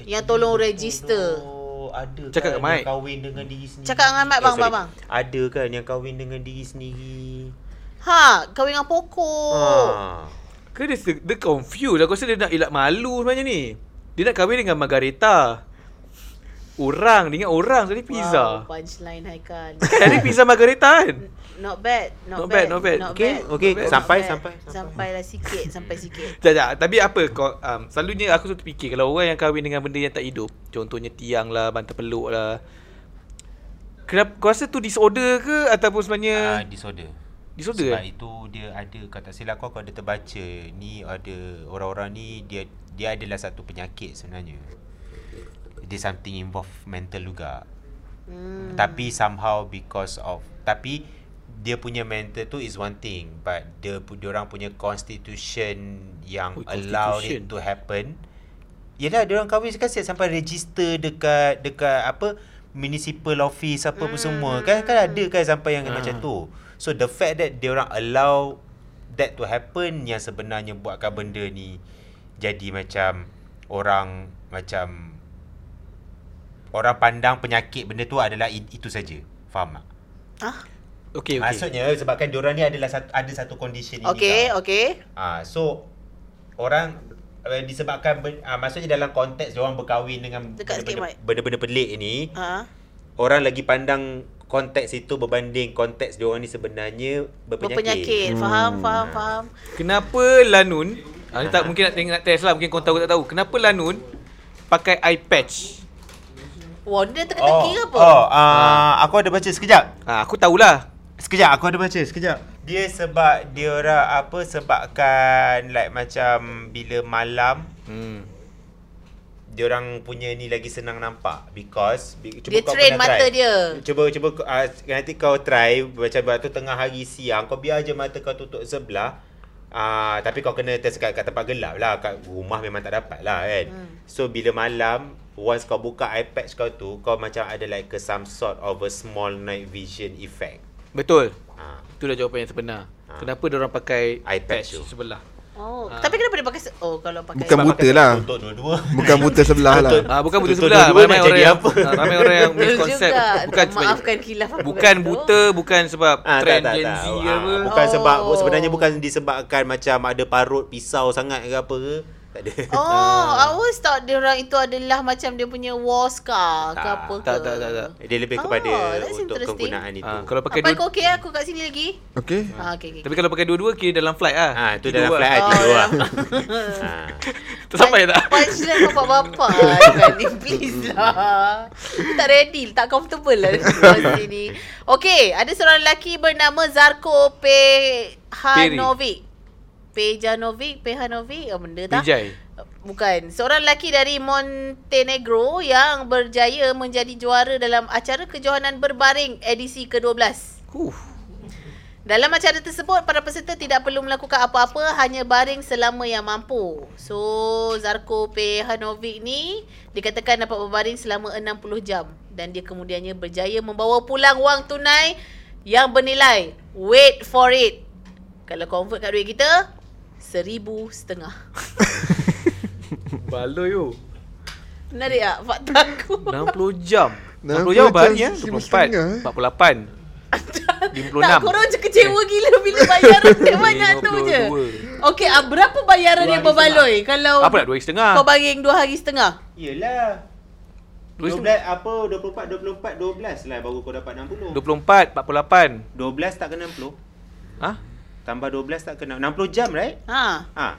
Speaker 1: eh, yang tolong register.
Speaker 4: Oh, ada
Speaker 2: Cakap kat
Speaker 4: kan
Speaker 2: Eh, mic.
Speaker 4: yang kahwin dengan diri sendiri.
Speaker 1: Cakap dengan mic, bang,
Speaker 4: sorry.
Speaker 1: bang, bang.
Speaker 4: Ada kan yang kahwin dengan diri sendiri.
Speaker 1: Ha, kahwin dengan Oh. pokok.
Speaker 4: Ah.
Speaker 2: Ke dia, se- dia confused. Aku rasa dia nak elak malu sebenarnya ni. Dia nak kahwin dengan Margareta. Orang, dengan orang jadi
Speaker 1: Wow,
Speaker 2: pizza.
Speaker 1: punchline Haikal.
Speaker 2: Kan ada pizza Margareta kan?
Speaker 1: Not bad, not,
Speaker 2: Not bad, not bad.
Speaker 1: Not
Speaker 4: Okay,
Speaker 1: bad.
Speaker 4: okay.
Speaker 1: Not bad. Not
Speaker 4: Sampai,
Speaker 1: bad.
Speaker 4: sampai, sampai.
Speaker 1: Sampailah sikit, sampai sikit.
Speaker 2: Tak, tak. Tapi apa kau um, selalunya aku selalu fikir kalau orang yang kahwin dengan benda yang tak hidup, contohnya tiang lah, bantal peluk lah. Kenapa kau rasa tu disorder ke ataupun
Speaker 4: Ah,
Speaker 2: sebenarnya uh,
Speaker 4: disorder.
Speaker 2: disorder?
Speaker 4: Sebab
Speaker 2: eh?
Speaker 4: itu dia ada kalau tak silap aku aku ada terbaca ni ada orang-orang ni dia dia adalah satu penyakit sebenarnya. Dia something involve mental juga. Hmm. Tapi somehow because of tapi dia punya mental tu is one thing but dia dia orang punya constitution yang
Speaker 2: Oh,
Speaker 4: allow
Speaker 2: constitution.
Speaker 4: it to happen Yelah dia orang kahwin sekarang siap sampai register dekat dekat apa municipal office apa hmm. semua kan kan ada kan sampai yang macam tu. So the fact that dia orang allow that to happen yang sebenarnya buatkan benda ni jadi macam orang macam orang pandang penyakit benda tu adalah i- itu saja. Faham tak?
Speaker 1: Ah,
Speaker 2: Okey, okey.
Speaker 4: Okay. Maksudnya sebabkan dia orang ni adalah satu ada satu condition ini.
Speaker 1: okay,
Speaker 4: tau.
Speaker 1: okay.
Speaker 4: Ah, so orang uh, disebabkan ben, ah, maksudnya dalam konteks dia orang berkahwin dengan
Speaker 1: Dekat sikit,
Speaker 4: benda-benda, benda-benda pelik ni,
Speaker 1: Ha.
Speaker 4: orang lagi pandang konteks itu berbanding konteks diorang ni sebenarnya berpenyakit.
Speaker 1: Berpenyakit. Faham, faham, faham.
Speaker 4: Hmm.
Speaker 2: Kenapa Lanun ah, ni tak mungkin nak tengok nak test lah mungkin kau tahu tak tahu. Kenapa Lanun pakai eye patch?
Speaker 1: Wah, dia teka-teki
Speaker 4: Oh,
Speaker 1: ke apa?
Speaker 4: oh uh, aku ada baca sekejap.
Speaker 2: Ha, aku tahulah.
Speaker 4: Sekejap, aku ada baca. Sekejap. Dia sebab dia orang apa sebabkan like macam bila malam
Speaker 2: Hmm.
Speaker 4: dia orang punya ni lagi senang nampak because bi- cuba
Speaker 1: Dia
Speaker 4: kau
Speaker 1: train
Speaker 4: pernah
Speaker 1: mata
Speaker 4: try.
Speaker 1: dia.
Speaker 4: Cuba cuba uh, nanti kau try macam waktu tengah hari siang kau biar je mata kau tutup sebelah. Ah uh, tapi kau kena test kat, kat tempat gelap lah kat rumah memang tak dapat lah kan. Hmm. So bila malam once kau buka iPad kau tu kau macam ada like a some sort of a small night vision effect.
Speaker 2: Betul.
Speaker 4: Ah.
Speaker 2: Itulah jawapan yang sebenar.
Speaker 4: Ah.
Speaker 2: Kenapa dia orang pakai
Speaker 4: Eye
Speaker 2: eye patch
Speaker 4: patch tu.
Speaker 2: sebelah?
Speaker 1: Oh, tapi kenapa dia pakai se- Oh, kalau pakai
Speaker 3: Bukan
Speaker 4: Sebab
Speaker 3: buta
Speaker 4: pakai
Speaker 3: lah.
Speaker 4: Tutup dua-dua.
Speaker 3: Bukan buta sebelah lah.
Speaker 2: Ah bukan buta
Speaker 4: Tutup
Speaker 2: sebelah.
Speaker 4: dua-dua
Speaker 2: Ramai
Speaker 4: nak
Speaker 2: orang
Speaker 4: jadi
Speaker 2: yang,
Speaker 4: apa?
Speaker 2: ah, ramai orang yang
Speaker 1: Betul
Speaker 2: miss konsep.
Speaker 1: juga.
Speaker 2: Bukan sebab
Speaker 1: Maafkan khilaf aku kat
Speaker 2: bukan
Speaker 1: situ.
Speaker 2: buta bukan sebab
Speaker 4: Ah,
Speaker 2: trend
Speaker 4: tak, tak,
Speaker 2: Gen
Speaker 4: tak.
Speaker 2: Z ke
Speaker 4: Ah,
Speaker 2: apa.
Speaker 4: Bukan
Speaker 1: Oh.
Speaker 4: sebab sebenarnya bukan disebabkan macam ada parut pisau sangat ke apa ke. Tak ada.
Speaker 1: Oh,
Speaker 2: Ah.
Speaker 1: I always thought dia orang itu adalah macam dia punya war scar ke
Speaker 4: Tak,
Speaker 1: apa ke.
Speaker 2: Tak tak tak tak.
Speaker 4: Dia lebih kepada
Speaker 1: Oh, that's
Speaker 4: untuk
Speaker 1: interesting.
Speaker 4: kegunaan itu.
Speaker 2: Ah, kalau pakai
Speaker 1: Apa
Speaker 2: dua,
Speaker 1: kau okey aku kat sini lagi?
Speaker 3: Okay.
Speaker 1: Ha, okey okey.
Speaker 2: tapi kalau pakai dua-dua kira dalam flight ah.
Speaker 4: Ah, tu
Speaker 2: Tidur
Speaker 4: dalam
Speaker 2: lah.
Speaker 4: flight
Speaker 1: Oh,
Speaker 4: tidur lah.
Speaker 1: dalam-
Speaker 4: Ah.
Speaker 2: Tersampai tak?
Speaker 1: Punchline bapak-bapak kan ni Please lah Tak ready Tak comfortable lah Situasi ni Okay Ada seorang lelaki bernama Zarko Pehanovic Pejanovic Pehanovic Apa benda tak?
Speaker 2: Vijay.
Speaker 1: Bukan. Seorang lelaki dari Montenegro yang berjaya menjadi juara dalam acara kejohanan berbaring edisi ke-12.
Speaker 2: Huh.
Speaker 1: Dalam acara tersebut, para peserta tidak perlu melakukan apa-apa, hanya baring selama yang mampu. So, Zarko Pehanovic ni dikatakan dapat berbaring selama 60 jam dan dia kemudiannya berjaya membawa pulang wang tunai yang bernilai wait for it. Kalau convert kat duit kita, seribu setengah.
Speaker 2: Baloi yo.
Speaker 1: Menarik tak fakta aku?
Speaker 2: 60 jam. 60 jam
Speaker 3: 60 jam
Speaker 2: berhari ya.
Speaker 3: sejam
Speaker 2: 24,
Speaker 3: setengah.
Speaker 2: 48. 56.
Speaker 1: Tak, korang je kecewa
Speaker 4: Eh.
Speaker 1: gila bila bayaran dia banyak tu je.
Speaker 2: 52.
Speaker 1: Okey, ah, berapa bayaran yang berbaloi kalau
Speaker 2: Apa nak 2 setengah?
Speaker 1: Oh, kau baring dua hari setengah?
Speaker 4: Yelah.
Speaker 2: 2
Speaker 4: 12
Speaker 2: setengah.
Speaker 4: apa 24 24 12 lah baru kau dapat 60.
Speaker 2: 24, 48.
Speaker 4: 12 tak kena 60.
Speaker 2: Ha?
Speaker 4: Tambah 12 tak kena 60 jam right?
Speaker 1: Ha,
Speaker 4: Ha.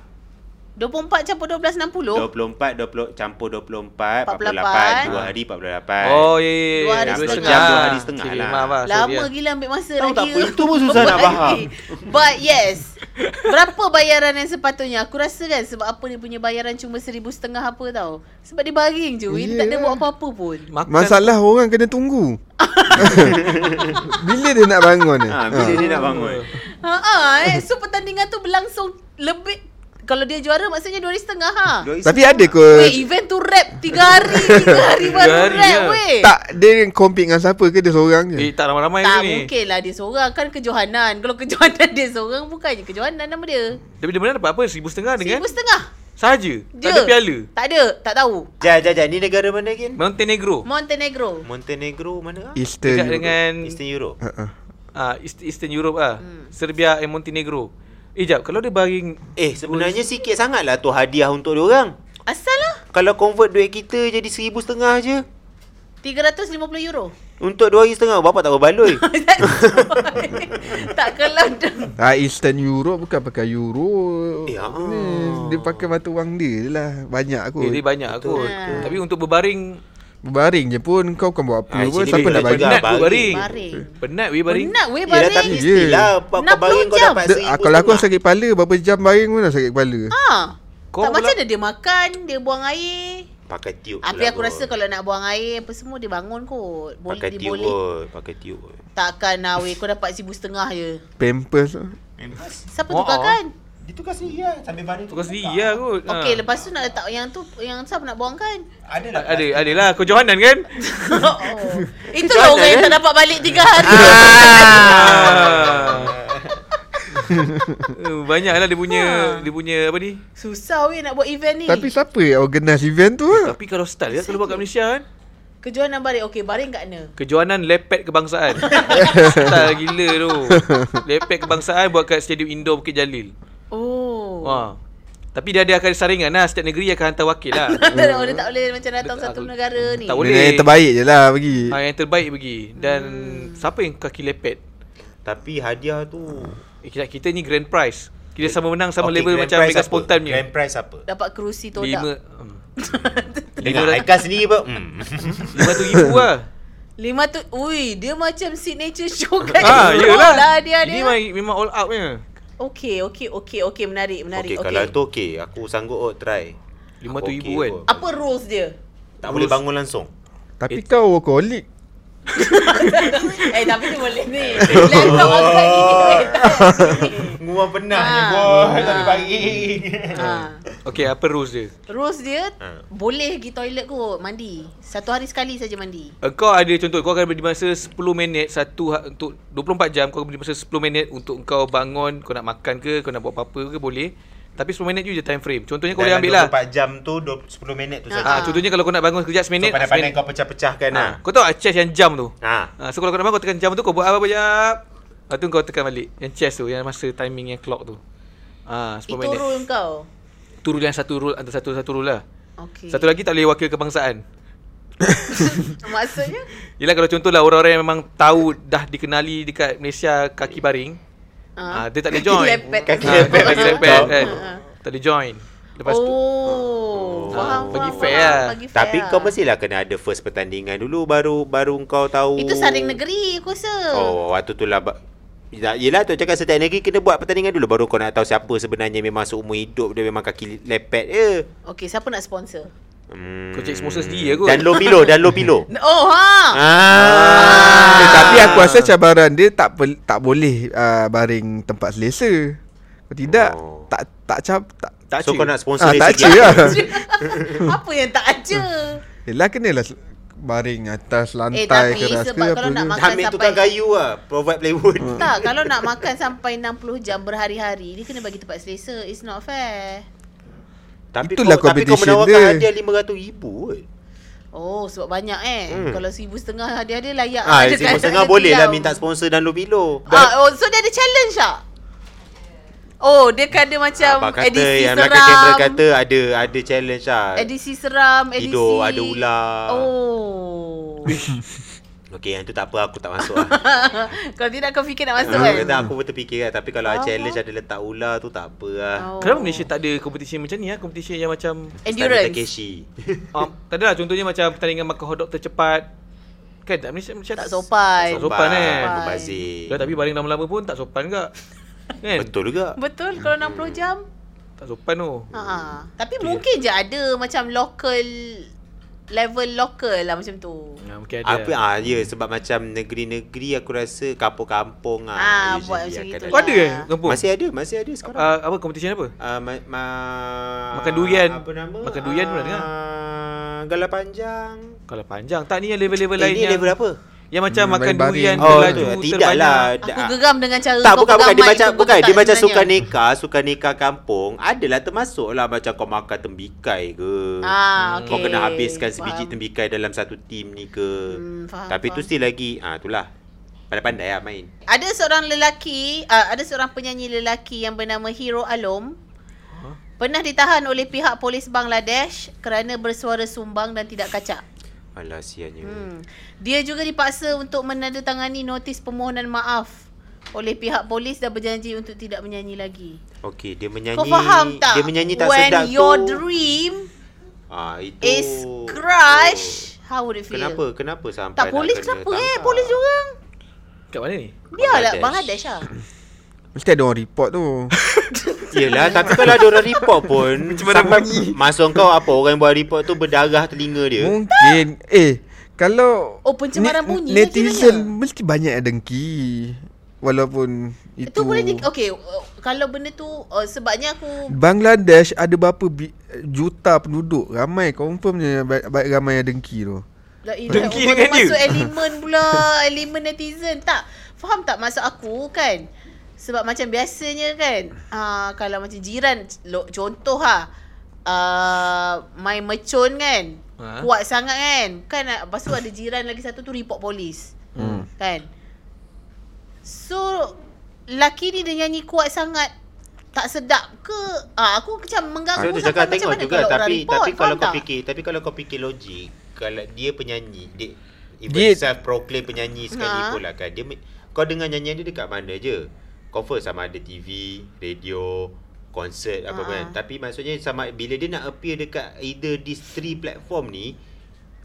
Speaker 1: 24 campur 12, 60.
Speaker 4: 24 20 campur 24
Speaker 1: 48.
Speaker 4: 48 2 hari
Speaker 2: Oh, ya, ya, ya.
Speaker 4: 48.
Speaker 1: Dua hari
Speaker 2: Dua
Speaker 1: setengah.
Speaker 2: setengah.
Speaker 4: Dua hari setengah
Speaker 2: Okey,
Speaker 4: lah.
Speaker 2: maaf sorry,
Speaker 1: Lama
Speaker 2: ah.
Speaker 1: gila ambil masa
Speaker 4: Tahu
Speaker 1: lagi.
Speaker 4: tak apa, itu pun susah nak faham.
Speaker 1: But yes, berapa bayaran yang sepatutnya? Aku rasa kan sebab apa dia punya bayaran cuma seribu setengah apa tau. Sebab dia baring je, yeah. dia tak ada
Speaker 3: Yelah.
Speaker 1: buat apa-apa pun.
Speaker 2: Makan.
Speaker 3: Masalah orang kena tunggu. bila dia nak bangun
Speaker 2: ya.
Speaker 3: ni? Ah.
Speaker 4: Ha, bila dia nak bangun.
Speaker 1: Ha ah, eh. So pertandingan tu berlangsung lebih kalau dia juara maksudnya dua hari setengah ha.
Speaker 4: Dua isi-
Speaker 3: Tapi ada
Speaker 1: Weh,
Speaker 3: ke
Speaker 1: event tu rap tiga hari, tiga hari
Speaker 2: Tiga
Speaker 1: baru
Speaker 2: hari,
Speaker 1: rap
Speaker 2: ya.
Speaker 1: weh.
Speaker 3: tak dia compete dengan siapa ke dia seorang je?
Speaker 2: Eh, tak ramai-ramai
Speaker 1: tak
Speaker 2: ni.
Speaker 1: mungkin lah dia seorang kan kejohanan. Kalau kejohanan dia seorang bukannya kejohanan nama dia.
Speaker 2: Tapi dia mana dapat apa? Seribu setengah dengan?
Speaker 1: Seribu setengah.
Speaker 2: Saja.
Speaker 1: Dia.
Speaker 2: kan? Tak ada piala.
Speaker 1: Tak ada, tak tahu.
Speaker 4: Jap, jap, jap. Ni negara mana again?
Speaker 2: Montenegro.
Speaker 1: Montenegro.
Speaker 4: Montenegro mana? ah?
Speaker 2: Dekat
Speaker 3: Eastern Europe. Ha,
Speaker 2: dengan
Speaker 4: Eastern Europe.
Speaker 3: Ha-ha.
Speaker 2: ah, East- Eastern Europe ah.
Speaker 1: Hmm.
Speaker 2: Serbia and Montenegro. Eh, jap. Kalau dia baring...
Speaker 4: Eh, sebenarnya sikit sangatlah tu hadiah untuk diorang.
Speaker 1: Asal lah
Speaker 4: Kalau convert duit kita jadi seribu setengah je.
Speaker 1: 350 euro.
Speaker 4: Untuk dua hari setengah, bapak tak berbaloi.
Speaker 1: tak kalau dia-
Speaker 3: Ah Eastern Europe bukan pakai euro.
Speaker 4: Eh,
Speaker 2: Ya.
Speaker 4: ah.
Speaker 3: Ni, Dia pakai mata wang dia je lah. Banyak
Speaker 2: Eh,
Speaker 3: kot.
Speaker 2: dia banyak
Speaker 1: betul.
Speaker 2: kot. Tapi untuk berbaring... eh,
Speaker 3: Berbaring je pun kau kan buat apa
Speaker 4: Ah,
Speaker 3: pun
Speaker 4: actually
Speaker 3: siapa
Speaker 4: betul
Speaker 3: nak
Speaker 4: juga.
Speaker 3: bagi.
Speaker 2: Penat
Speaker 4: baring.
Speaker 2: berbaring.
Speaker 1: baring.
Speaker 2: Penat weh baring.
Speaker 1: Penat weh
Speaker 4: Yelah,
Speaker 1: baring.
Speaker 3: Ya.
Speaker 4: tapi mestilah. Kau kau
Speaker 1: 60
Speaker 4: baring kau
Speaker 1: jam.
Speaker 4: dapat
Speaker 3: Dia, ah,
Speaker 4: seribu
Speaker 3: kalau aku
Speaker 4: setengah.
Speaker 3: sakit kepala berapa jam baring pun dah sakit kepala.
Speaker 1: Ha.
Speaker 2: Kau
Speaker 1: tak macam
Speaker 2: pula-
Speaker 1: mana dia makan, dia buang air.
Speaker 4: Pakai tiup. tu
Speaker 1: Tapi
Speaker 4: lah
Speaker 1: aku
Speaker 4: kot.
Speaker 1: rasa kalau nak buang air apa semua dia bangun kot. Boleh
Speaker 4: Pakai
Speaker 1: dia
Speaker 4: tiup
Speaker 1: boleh.
Speaker 4: kot. Pakai tiup kot.
Speaker 1: Takkan lah weh kau dapat seribu setengah je.
Speaker 3: Pampers. tu.
Speaker 1: Siapa
Speaker 2: Wow.
Speaker 1: tukarkan?
Speaker 4: Dia tukar sendiri lah. Sambil baring
Speaker 2: Tukar sendiri lah kot. Ha.
Speaker 1: Okey, lepas tu nak letak yang tu yang siapa nak buangkan?
Speaker 4: Ada
Speaker 2: A- Ada, ada lah. Kau Johanan kan?
Speaker 1: oh. Itulah orang yang tak dapat balik tiga hari. Ha.
Speaker 2: Ah. Eh, Banyaklah dia punya dia punya apa ni?
Speaker 1: Susah weh nak buat event ni.
Speaker 3: Tapi siapa yang organize event tu? ah?
Speaker 2: Tapi kalau style ya kalau buat kat Malaysia kan.
Speaker 1: kejohanan baring. Okey, baring kat E. mana?
Speaker 2: Kejohanan lepet kebangsaan. style gila tu. Lepet kebangsaan buat kat stadium Indo Bukit Jalil.
Speaker 1: Oh.
Speaker 2: Ha. Tapi dia ada akan saringan lah Setiap negeri akan hantar wakil lah
Speaker 1: Orang Oh, dia tak boleh macam datang
Speaker 2: Dia tak-
Speaker 1: satu negara ni.
Speaker 2: tak
Speaker 3: Dia
Speaker 2: boleh.
Speaker 3: yang terbaik je lah bagi.
Speaker 2: ha, Yang terbaik pergi Dan Siapa yang kaki lepet?
Speaker 4: Tapi hadiah tu
Speaker 2: Eh, Kita, kita ni grand prize. Kita sama menang sama
Speaker 4: Okey,
Speaker 2: okay, level
Speaker 4: grand
Speaker 2: macam
Speaker 4: prize
Speaker 2: mega
Speaker 4: apa?
Speaker 2: spontan punya.
Speaker 4: Grand prize apa?
Speaker 1: Dapat kerusi todak.
Speaker 2: Lima.
Speaker 1: Lima.
Speaker 2: hmm.
Speaker 4: Dengan Haikal sendiri pun hmm.
Speaker 2: Lima tu ribu lah.
Speaker 1: Lima tu, ui, dia macam signature show kat
Speaker 2: ah,
Speaker 1: Europe
Speaker 2: yelah.
Speaker 1: Eh, lah dia
Speaker 2: Ini
Speaker 1: dia.
Speaker 2: mai- memang all out punya.
Speaker 1: Okey, okey, okey, okey, menarik, menarik.
Speaker 4: okay, okay, kalau tu okey Aku sanggup oh, try
Speaker 2: Lima
Speaker 4: Aku
Speaker 2: tu
Speaker 4: okey
Speaker 2: ribu kan.
Speaker 4: kot.
Speaker 1: apa rules dia?
Speaker 4: Tak boleh bangun langsung
Speaker 3: Tapi kau workaholic.
Speaker 1: eh, tapi tu boleh ni. Laptop angkat gini.
Speaker 4: Nguang penat
Speaker 1: ni, Ah. boy.
Speaker 4: boy
Speaker 1: Tadi
Speaker 4: Tadi
Speaker 1: pagi.
Speaker 4: pagi
Speaker 1: ha.
Speaker 2: Okay, apa rules dia?
Speaker 1: Rules dia
Speaker 4: Ha.
Speaker 1: boleh pergi toilet kot mandi. Satu hari sekali saja mandi.
Speaker 2: Engkau ada contoh kau akan beri masa 10 minit satu ha- untuk 24 jam kau beri masa 10 minit untuk engkau bangun kau nak makan ke kau nak buat apa-apa ke boleh tapi 10 minit je je time frame contohnya kau boleh ambil lah
Speaker 4: 24 jam tu 20, 10 minit tu
Speaker 1: Ah.
Speaker 4: saja.
Speaker 2: ha, contohnya kalau kau nak bangun sekejap
Speaker 4: So
Speaker 2: seminit seminit.
Speaker 4: pandai-pandai kau pecah-pecahkan lah
Speaker 2: ha. kau tahu tak chest yang jam tu
Speaker 4: Ha.
Speaker 2: ha, so kalau kau nak bangun kau tekan jam tu kau buat apa sekejap lepas tu kau tekan balik yang chest tu yang masa timing yang clock tu ha, 10
Speaker 1: Itu
Speaker 2: minit
Speaker 1: rule kau.
Speaker 2: tu rule yang satu rule antara satu satu rule lah
Speaker 1: Okey.
Speaker 2: satu lagi tak boleh wakil kebangsaan
Speaker 1: Maksudnya
Speaker 2: Yelah kalau contohlah orang-orang yang memang tahu dah dikenali dekat Malaysia kaki baring
Speaker 1: Ah.
Speaker 2: Ah, dia tak boleh
Speaker 1: Kaki
Speaker 2: join.
Speaker 1: lepet.
Speaker 4: Kaki
Speaker 2: Ah,
Speaker 4: lepet
Speaker 2: kaki
Speaker 4: bagi
Speaker 2: lepet
Speaker 4: kau.
Speaker 2: kan.
Speaker 1: Ah.
Speaker 2: Tak boleh join. Lepas
Speaker 1: oh,
Speaker 2: tu
Speaker 1: faham, Oh, faham.
Speaker 2: bagi
Speaker 1: faham,
Speaker 2: fair lah.
Speaker 1: bagi fair
Speaker 4: Tapi
Speaker 1: lah.
Speaker 4: kau mestilah kena ada first pertandingan dulu baru baru kau tahu.
Speaker 1: Itu saring negeri aku rasa.
Speaker 4: Oh, waktu tu lah ba- Ya- Yelah tu cakap setiap negeri kena buat pertandingan dulu baru kau nak tahu siapa sebenarnya memang seumur hidup dia memang kaki lepet je.
Speaker 1: Okey, siapa nak sponsor?
Speaker 4: Hmm.
Speaker 2: Kau cek sponsor sendiri lah kot.
Speaker 4: Dan low below, dan low below.
Speaker 1: Oh, ha.
Speaker 4: ah.
Speaker 3: Eh, tapi aku rasa cabaran dia tak pel- tak boleh uh, baring tempat selesa. Kalau tidak
Speaker 4: Oh.
Speaker 3: tak tak cap tak
Speaker 2: tak cik.
Speaker 4: So kau nak
Speaker 3: ah,
Speaker 4: sponsor dia
Speaker 3: tak
Speaker 4: sikit.
Speaker 3: acu lah.
Speaker 1: Apa yang tak aja?
Speaker 3: Yelah Eh, lah kenalah sel- baring atas lantai
Speaker 1: Eh, tapi
Speaker 3: keras
Speaker 1: sebab
Speaker 3: ke
Speaker 1: kalau
Speaker 3: apa
Speaker 1: nak
Speaker 3: ke.
Speaker 1: makan
Speaker 4: Ambil tukar
Speaker 1: sampai- Hmm.
Speaker 4: kayu lah Provide plywood
Speaker 1: tak, kalau nak makan sampai 60 jam berhari-hari, dia kena bagi tempat selesa. It's not fair.
Speaker 4: Tapi
Speaker 3: Itulah
Speaker 4: kau, tapi kau
Speaker 3: competition
Speaker 4: menawarkan
Speaker 3: dia.
Speaker 4: hadiah RM500,000 kot
Speaker 1: Oh, sebab banyak eh. Hmm.
Speaker 4: Hmm.
Speaker 1: Kalau seribu setengah hadiah dia layak.
Speaker 4: Ah,
Speaker 1: Dia
Speaker 4: Sibuk
Speaker 1: tak-
Speaker 4: Setengah
Speaker 1: dia
Speaker 4: boleh lah
Speaker 1: tilau.
Speaker 4: minta sponsor dan low below
Speaker 1: Ah, oh, so dia ada challenge tak? Oh, dia ada macam
Speaker 4: Abang kata
Speaker 1: edisi
Speaker 4: yang
Speaker 1: seram.
Speaker 4: belakang kamera kata ada ada challenge lah.
Speaker 1: edisi seram, edisi
Speaker 4: Tidur, ada ular.
Speaker 1: Oh.
Speaker 4: Okey, yang tu tak apa aku tak masuk lah.
Speaker 1: Ah, Kalau tidak kau fikir nak masuk
Speaker 4: Ah,
Speaker 1: kan?
Speaker 4: tak, aku pun terfikir lah. Tapi kalau
Speaker 1: Faham,
Speaker 4: challenge ada letak ular tu tak apa lah.
Speaker 1: Oh.
Speaker 2: Kenapa Malaysia tak ada competition macam ni ah? Competition yang macam
Speaker 4: Standard
Speaker 1: endurance?
Speaker 4: Takeshi.
Speaker 2: um, tak ada lah contohnya macam pertandingan makan hotdog tercepat. Kan tak Malaysia Malaysia
Speaker 1: Tak sopan.
Speaker 2: Tak sopan, eh.
Speaker 4: Membazir.
Speaker 2: Dah tapi baring lama-lama pun tak sopan ke. Kan?
Speaker 4: Betul juga.
Speaker 1: Betul kalau 60 jam.
Speaker 2: Tak sopan tu.
Speaker 1: Ha. Tapi mungkin je ada macam local level local lah macam tu.
Speaker 2: Ya, mungkin ada.
Speaker 4: Apa ah ya sebab macam negeri-negeri aku rasa kampung-kampung
Speaker 1: Ah,
Speaker 4: ah. usually
Speaker 1: buat macam
Speaker 4: akan
Speaker 1: gitu
Speaker 4: ada.
Speaker 2: Kau ada eh? Kampung.
Speaker 4: Masih ada, masih ada sekarang.
Speaker 2: Ah, apa competition apa?
Speaker 4: Ah, ma- ma-
Speaker 2: Makan durian.
Speaker 4: Apa nama?
Speaker 2: Makan durian pun ada dengar.
Speaker 4: Ah, Gala panjang.
Speaker 2: Kalau panjang tak ni yang level-level
Speaker 4: Eh,
Speaker 2: lain
Speaker 4: ni
Speaker 2: yang
Speaker 4: level apa?
Speaker 2: yang macam
Speaker 3: Hmm,
Speaker 2: makan durian
Speaker 3: baring-baring. Oh,
Speaker 2: berlaju
Speaker 4: tu. tidak
Speaker 2: terbanyak.
Speaker 4: lah.
Speaker 1: Aku
Speaker 4: Ah,
Speaker 1: geram dengan cara
Speaker 4: tak
Speaker 1: kau
Speaker 4: bukan bukan
Speaker 1: pegang
Speaker 4: dia
Speaker 1: mic
Speaker 4: macam
Speaker 1: tu, kau
Speaker 4: bukan dia
Speaker 1: buka
Speaker 4: macam
Speaker 1: sebenarnya.
Speaker 4: suka nikah suka nikah kampung adalah termasuk lah macam kau makan tembikai ke
Speaker 1: Ah, okay.
Speaker 4: kau kena habiskan sebiji tembikai dalam satu tim ni ke
Speaker 1: Hmm, faham,
Speaker 4: tapi tu
Speaker 1: faham.
Speaker 4: still lagi ah itulah pandai-pandai lah main
Speaker 1: Ada seorang lelaki, uh, ada seorang penyanyi lelaki yang bernama Hero Alom pernah ditahan oleh pihak polis Bangladesh kerana bersuara sumbang dan tidak kacak.
Speaker 4: alah siannya
Speaker 1: Hmm. Dia juga dipaksa untuk menandatangani notis permohonan maaf oleh pihak polis dan berjanji untuk tidak menyanyi lagi.
Speaker 4: Okey, dia menyanyi
Speaker 1: Kau faham tak?
Speaker 4: dia menyanyi tak
Speaker 1: When
Speaker 4: sedap
Speaker 1: your
Speaker 4: tu
Speaker 1: dream
Speaker 4: ah itu
Speaker 1: is crush, how would it feel?
Speaker 4: kenapa kenapa sampai
Speaker 1: Tak
Speaker 4: nak
Speaker 1: polis
Speaker 4: kena
Speaker 1: kenapa eh?
Speaker 4: tangkap?
Speaker 1: Polis orang.
Speaker 2: Kat mana ni?
Speaker 1: Biarlah Bangladesh
Speaker 4: Bangladesh.
Speaker 1: lah.
Speaker 3: Mesti ada orang report tu.
Speaker 4: Yelah tapi kalau ada orang report pun Macam
Speaker 2: mana
Speaker 4: Masuk kau apa Orang yang buat report tu Berdarah telinga
Speaker 3: Ya.
Speaker 4: dia
Speaker 3: Mungkin eh kalau
Speaker 1: Oh, pencemaran
Speaker 3: net-
Speaker 1: bunyi lah
Speaker 3: netizen
Speaker 1: kiranya.
Speaker 3: mesti banyak yang dengki walaupun itu,
Speaker 1: Itu boleh di, Okay uh, Kalau benda tu uh, Sebabnya aku
Speaker 3: Bangladesh ada berapa bi- juta penduduk ramai confirmnya ba- ba- ramai yang dengki tu.
Speaker 1: lah, eh,
Speaker 2: Dengki
Speaker 1: lah,
Speaker 2: dengan dia.
Speaker 1: Masuk elemen pula Elemen netizen Tak Faham tak maksud aku kan Sebab macam biasanya kan uh, Kalau macam jiran lo, Contoh ha uh, Main mercun kan
Speaker 2: Ha.
Speaker 1: Kuat sangat kan Kan ah, Lepas tu ada jiran lagi satu tu Report polis
Speaker 3: Hmm.
Speaker 1: Kan So Laki ni dia nyanyi kuat sangat Tak sedap ke ah, Aku macam
Speaker 4: Saya
Speaker 1: mengganggu
Speaker 4: tu
Speaker 1: sampai
Speaker 4: cakap
Speaker 1: macam
Speaker 4: tengok
Speaker 1: mana
Speaker 4: juga
Speaker 1: kalau orang
Speaker 4: tapi
Speaker 1: report,
Speaker 4: tapi
Speaker 1: faham
Speaker 4: kalau kau
Speaker 1: tak?
Speaker 4: fikir tapi kalau kau fikir logik kalau dia penyanyi dia Even
Speaker 3: Dia-
Speaker 4: dia, self-proclaim penyanyi sekali
Speaker 1: Ha.
Speaker 4: pun lah kan. Dia, me- kau dengar nyanyian dia dekat mana je. Confirm sama ada TV, radio, konsert apa
Speaker 1: Ha.
Speaker 4: kan. Tapi maksudnya sama bila dia nak appear dekat either these three platform ni,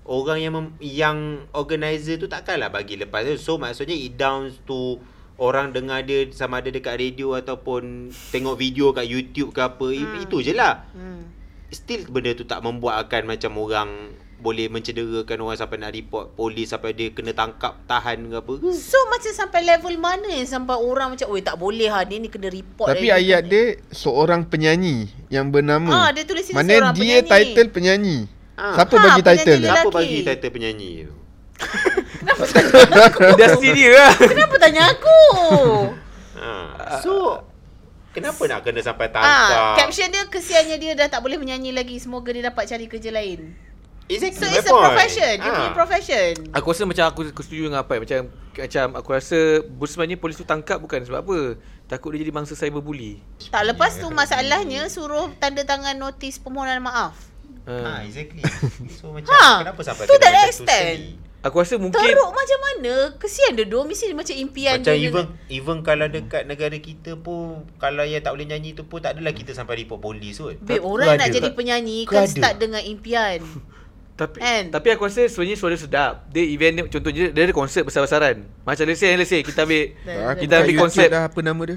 Speaker 4: orang yang mem, yang organizer tu takkanlah bagi lepas tu. So maksudnya it downs to orang dengar dia sama ada dekat radio ataupun tengok video kat YouTube ke apa. Hmm. Itu je lah
Speaker 1: Hmm.
Speaker 4: still benda tu tak membuat akan macam orang boleh mencederakan orang sampai nak report polis sampai dia kena tangkap tahan ke apa ke
Speaker 1: So macam sampai level mana sampai orang macam oi tak boleh ha dia ni kena report
Speaker 3: Tapi ayat dia seorang penyanyi yang bernama.
Speaker 1: Ah, dia tulis sini
Speaker 3: Mana
Speaker 1: seorang
Speaker 3: dia
Speaker 1: penyanyi.
Speaker 3: title penyanyi.
Speaker 4: Ah.
Speaker 3: Siapa
Speaker 1: Ha,
Speaker 3: bagi
Speaker 1: penyanyi
Speaker 3: title dia?
Speaker 1: lelaki.
Speaker 4: siapa bagi title penyanyi tu
Speaker 2: Industri dia lah.
Speaker 1: Kenapa tanya aku?
Speaker 4: ha. so kenapa nak kena sampai
Speaker 1: ah,
Speaker 4: tangkap
Speaker 1: caption dia kesiannya dia dah tak boleh menyanyi lagi. Semoga dia dapat cari kerja lain.
Speaker 4: exactly
Speaker 1: So
Speaker 4: my
Speaker 1: it's a
Speaker 4: point.
Speaker 1: profession. Dia
Speaker 4: Ah.
Speaker 1: punya profession.
Speaker 2: Aku rasa macam aku, aku setuju dengan apa macam macam aku rasa bu- sebenarnya polis tu tangkap bukan sebab apa. Takut dia jadi mangsa cyberbully.
Speaker 1: Tak lepas tu masalahnya suruh tanda tangan notis permohonan maaf.
Speaker 4: ha,
Speaker 2: Uh,
Speaker 4: exactly so macam
Speaker 1: Ah. Ha.
Speaker 4: kenapa sampai
Speaker 1: To
Speaker 4: kena
Speaker 1: that
Speaker 4: macam tu
Speaker 1: extent.
Speaker 4: sekali?
Speaker 2: aku rasa mungkin
Speaker 1: Teruk macam mana? Kesian dia dua mesti dia macam impian
Speaker 4: macam
Speaker 1: dia.
Speaker 4: even even kalau dekat negara kita pun kalau yang tak boleh nyanyi tu pun tak adalah kita sampai report polis pun
Speaker 1: Babe,
Speaker 2: Kau
Speaker 1: orang nak
Speaker 2: ada.
Speaker 1: jadi penyanyi
Speaker 4: Kau
Speaker 1: kan
Speaker 4: ada.
Speaker 1: start dengan impian.
Speaker 2: tapi
Speaker 1: Kan?
Speaker 2: tapi aku rasa sebenarnya suara sedap. Dia event dia contohnya dia ada konsert besar-besaran. Macam let's say let's say kita ambil
Speaker 1: Dah-
Speaker 2: kita ambil
Speaker 3: kat Ah, YouTube
Speaker 2: konsep
Speaker 3: dah apa nama dia?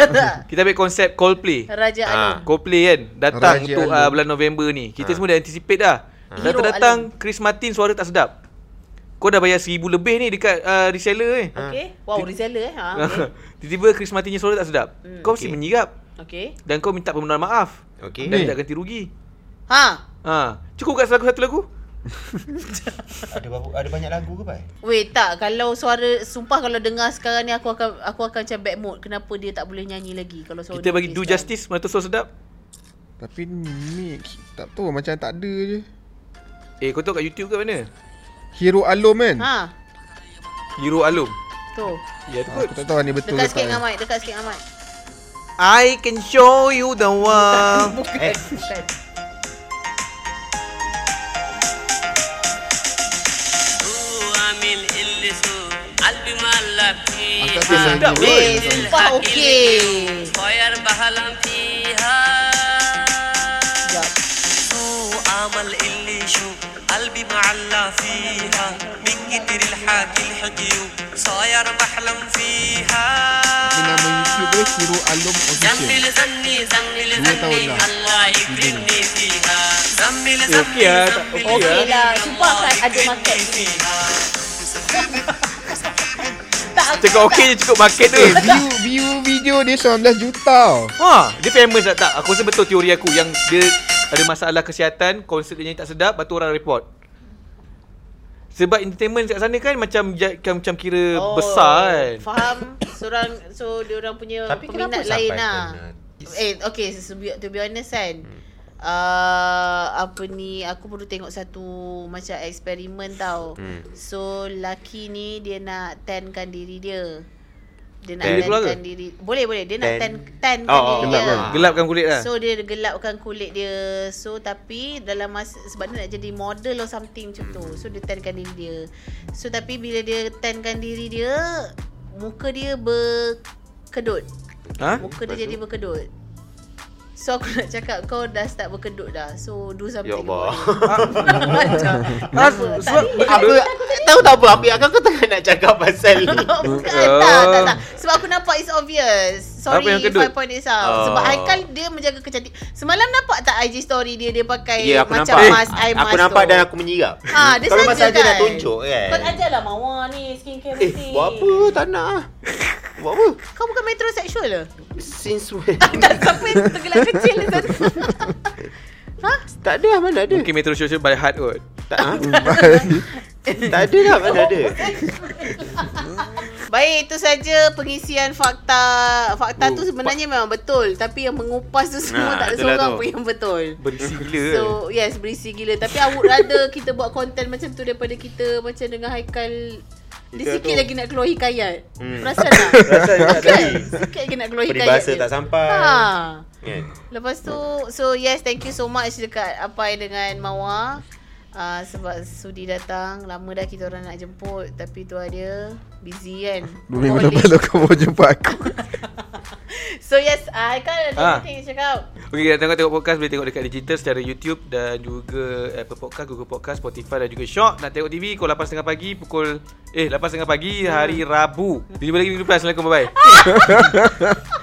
Speaker 1: Tak, tak.
Speaker 2: kita ambil konsep Coldplay.
Speaker 1: Raja
Speaker 4: Ah.
Speaker 1: Alun.
Speaker 2: Coldplay kan datang
Speaker 3: Raja
Speaker 2: untuk
Speaker 3: Alun.
Speaker 2: uh, bulan November ni. Kita
Speaker 4: Ha.
Speaker 2: semua dah anticipate dah.
Speaker 1: Ha.
Speaker 2: Dah
Speaker 1: Hero
Speaker 2: datang Chris Martin suara tak sedap. Kau dah bayar seribu lebih ni dekat uh, reseller ni.
Speaker 1: Okay. Wow, reseller eh. Ha. Okay.
Speaker 2: Tiba-tiba Chris Martin punya suara tak sedap.
Speaker 1: Hmm.
Speaker 2: Kau mesti
Speaker 4: Okay.
Speaker 2: menyirap
Speaker 1: okay.
Speaker 2: dan kau minta permohonan maaf.
Speaker 4: okay
Speaker 2: Dan
Speaker 3: Ni.
Speaker 2: minta ganti rugi.
Speaker 1: Ha.
Speaker 2: Ha, cukup kat lagu satu lagu?
Speaker 4: ada, berapa- ada banyak lagu ke Pak?
Speaker 1: Weh tak kalau suara sumpah kalau dengar sekarang ni aku akan aku akan macam bad mood kenapa dia tak boleh nyanyi lagi kalau suara
Speaker 2: Kita
Speaker 1: dia
Speaker 2: bagi
Speaker 1: macam
Speaker 2: do
Speaker 1: sekarang.
Speaker 2: justice mana tu suara sedap.
Speaker 3: Tapi ni mix. Tak tahu macam tak ada je.
Speaker 2: Eh, kau tahu kat YouTube ke mana?
Speaker 3: Hero Alom kan?
Speaker 1: Ha
Speaker 2: Hero Alum.
Speaker 1: tu
Speaker 2: Ya tu.
Speaker 3: Ah, Aku tak tahu ni betul
Speaker 1: dekat
Speaker 3: ke
Speaker 1: sikit dengan
Speaker 3: tak. eh.
Speaker 1: mic dekat sikit dengan mic
Speaker 2: I can show you the one.
Speaker 1: bukan
Speaker 4: Eh.
Speaker 1: bukan
Speaker 6: وعامل اللي سوق قلبي معلق فيه
Speaker 3: Angkat tangan
Speaker 2: sedap
Speaker 3: ni.
Speaker 1: weh sumpah okey
Speaker 6: صاير بحلم فيها
Speaker 1: Sekejap.
Speaker 6: وعمل اللي شو قلبي معلق فيها من كتر الحكي الحكي صاير بحلم
Speaker 3: Dia
Speaker 6: فيها
Speaker 3: nama YouTube dia Hero Alom Official.
Speaker 6: زمل زني زمل
Speaker 3: Dua tahun
Speaker 6: زني
Speaker 3: dah.
Speaker 6: الله يكرمني فيها زمل
Speaker 2: Eh, okey lah, tak- okey
Speaker 6: زمل
Speaker 1: Okey
Speaker 2: lah.
Speaker 1: lah sumpah kan ada market ni tak aku
Speaker 2: Cakap okey je cukup market tu.
Speaker 3: Eh, view, view video dia 19 juta tau.
Speaker 2: Ha, dia famous tak tak? Aku rasa betul teori aku yang dia ada masalah kesihatan, konsert dia nyanyi tak sedap, lepas tu orang report. Sebab entertainment kat sana kan macam ja- kan, macam kira oh, besar kan.
Speaker 1: faham seorang so dia orang punya
Speaker 4: Tapi kenapa
Speaker 1: peminat
Speaker 4: sampai
Speaker 1: lain lah
Speaker 4: kena- Hmm.
Speaker 1: eh okay so, to be- to be honest kan Uh, apa ni aku baru tengok satu macam eksperimen tau. Hmm. So laki ni dia nak tankan diri dia. Dia nak
Speaker 4: Tan?
Speaker 2: Boleh keluar ke?
Speaker 1: tankan diri. Boleh boleh dia nak
Speaker 4: Tan?
Speaker 1: tan tankan
Speaker 4: Oh, oh,
Speaker 1: diri
Speaker 4: gelap
Speaker 1: dia.
Speaker 4: kan?
Speaker 2: Gelapkan kulit lah.
Speaker 1: Ah. So dia gelapkan kulit dia. So tapi dalam masa sebab dia nak jadi model or something macam tu. So dia tankan diri dia. So tapi bila dia tankan diri dia, muka dia berkedut.
Speaker 2: ha?
Speaker 1: Muka dia jadi berkedut. So aku nak cakap kau dah start berkedut dah. So do something.
Speaker 4: Ya Allah.
Speaker 2: Ah, sebab
Speaker 4: Apa tahu tak apa Abi aku tak nak cakap pasal ni.
Speaker 1: Bukan tak, tak, tak. Sebab aku nampak it's obvious. Sorry,
Speaker 2: Apa yang kedut?
Speaker 1: five point is out.
Speaker 4: Oh.
Speaker 1: Sebab Haikal dia menjaga kecantikan. Semalam nampak tak IG story dia dia pakai
Speaker 4: Ya aku
Speaker 1: macam
Speaker 4: nampak.
Speaker 1: mask, eye mask
Speaker 4: aku nampak
Speaker 1: tu?
Speaker 4: dan aku menyirap.
Speaker 1: Ah, dia
Speaker 4: Kalau
Speaker 1: saja
Speaker 4: pasal dia
Speaker 1: kan.
Speaker 4: nak tunjuk kan.
Speaker 1: Kau ajarlah Mawar ni skincare
Speaker 4: Eh,
Speaker 1: mesti.
Speaker 4: buat apa? Tak nak ah. Buat apa?
Speaker 1: Kau bukan metrosexual ke?
Speaker 4: Since when?
Speaker 1: tak sampai tergelak kecil ni satu. ha?
Speaker 4: tak ada lah, mana ada.
Speaker 2: Mungkin Metro Social by heart kot.
Speaker 4: Tak, ah. tak ada lah mana ada.
Speaker 1: Baik, itu saja pengisian fakta. Fakta tu sebenarnya memang betul. Tapi yang mengupas tu semua
Speaker 4: Ah,
Speaker 1: tak ada
Speaker 4: Oh, itulah
Speaker 1: seorang
Speaker 4: tu.
Speaker 1: pun yang betul.
Speaker 2: Berisi gila. kan. So,
Speaker 1: So yes berisi gila Tapi I would rather Kita buat konten macam tu Daripada kita Macam dengan Haikal Dia
Speaker 4: Hikayat
Speaker 1: sikit
Speaker 4: tu.
Speaker 1: lagi nak keluar hikayat
Speaker 4: Hmm.
Speaker 1: Perasan tak?
Speaker 4: Perasan tak
Speaker 1: Kan?
Speaker 4: tadi?
Speaker 1: Sikit lagi nak keluar hikayat
Speaker 4: Peribahasa
Speaker 1: dia.
Speaker 4: tak sampai.
Speaker 1: ha.
Speaker 4: Kan?
Speaker 1: Lepas tu So yes thank you so much Dekat Apai dengan Mawar Uh, sebab Sudi datang Lama dah kita orang nak jemput Tapi tu dia Busy kan
Speaker 3: Dua
Speaker 1: Boleh.
Speaker 3: minggu lepas tu kau baru jumpa aku
Speaker 1: So yes uh, Haikal ada
Speaker 2: Ah.
Speaker 1: penting nak cakap
Speaker 2: Okey, kita tengok-tengok podcast boleh tengok dekat digital secara YouTube dan juga Apple Podcast, Google Podcast, Spotify dan juga Shock. Nak tengok TV pukul 8.30 pagi, pukul eh 8.30 pagi hari Rabu. Jumpa lagi minggu depan. Assalamualaikum, bye-bye.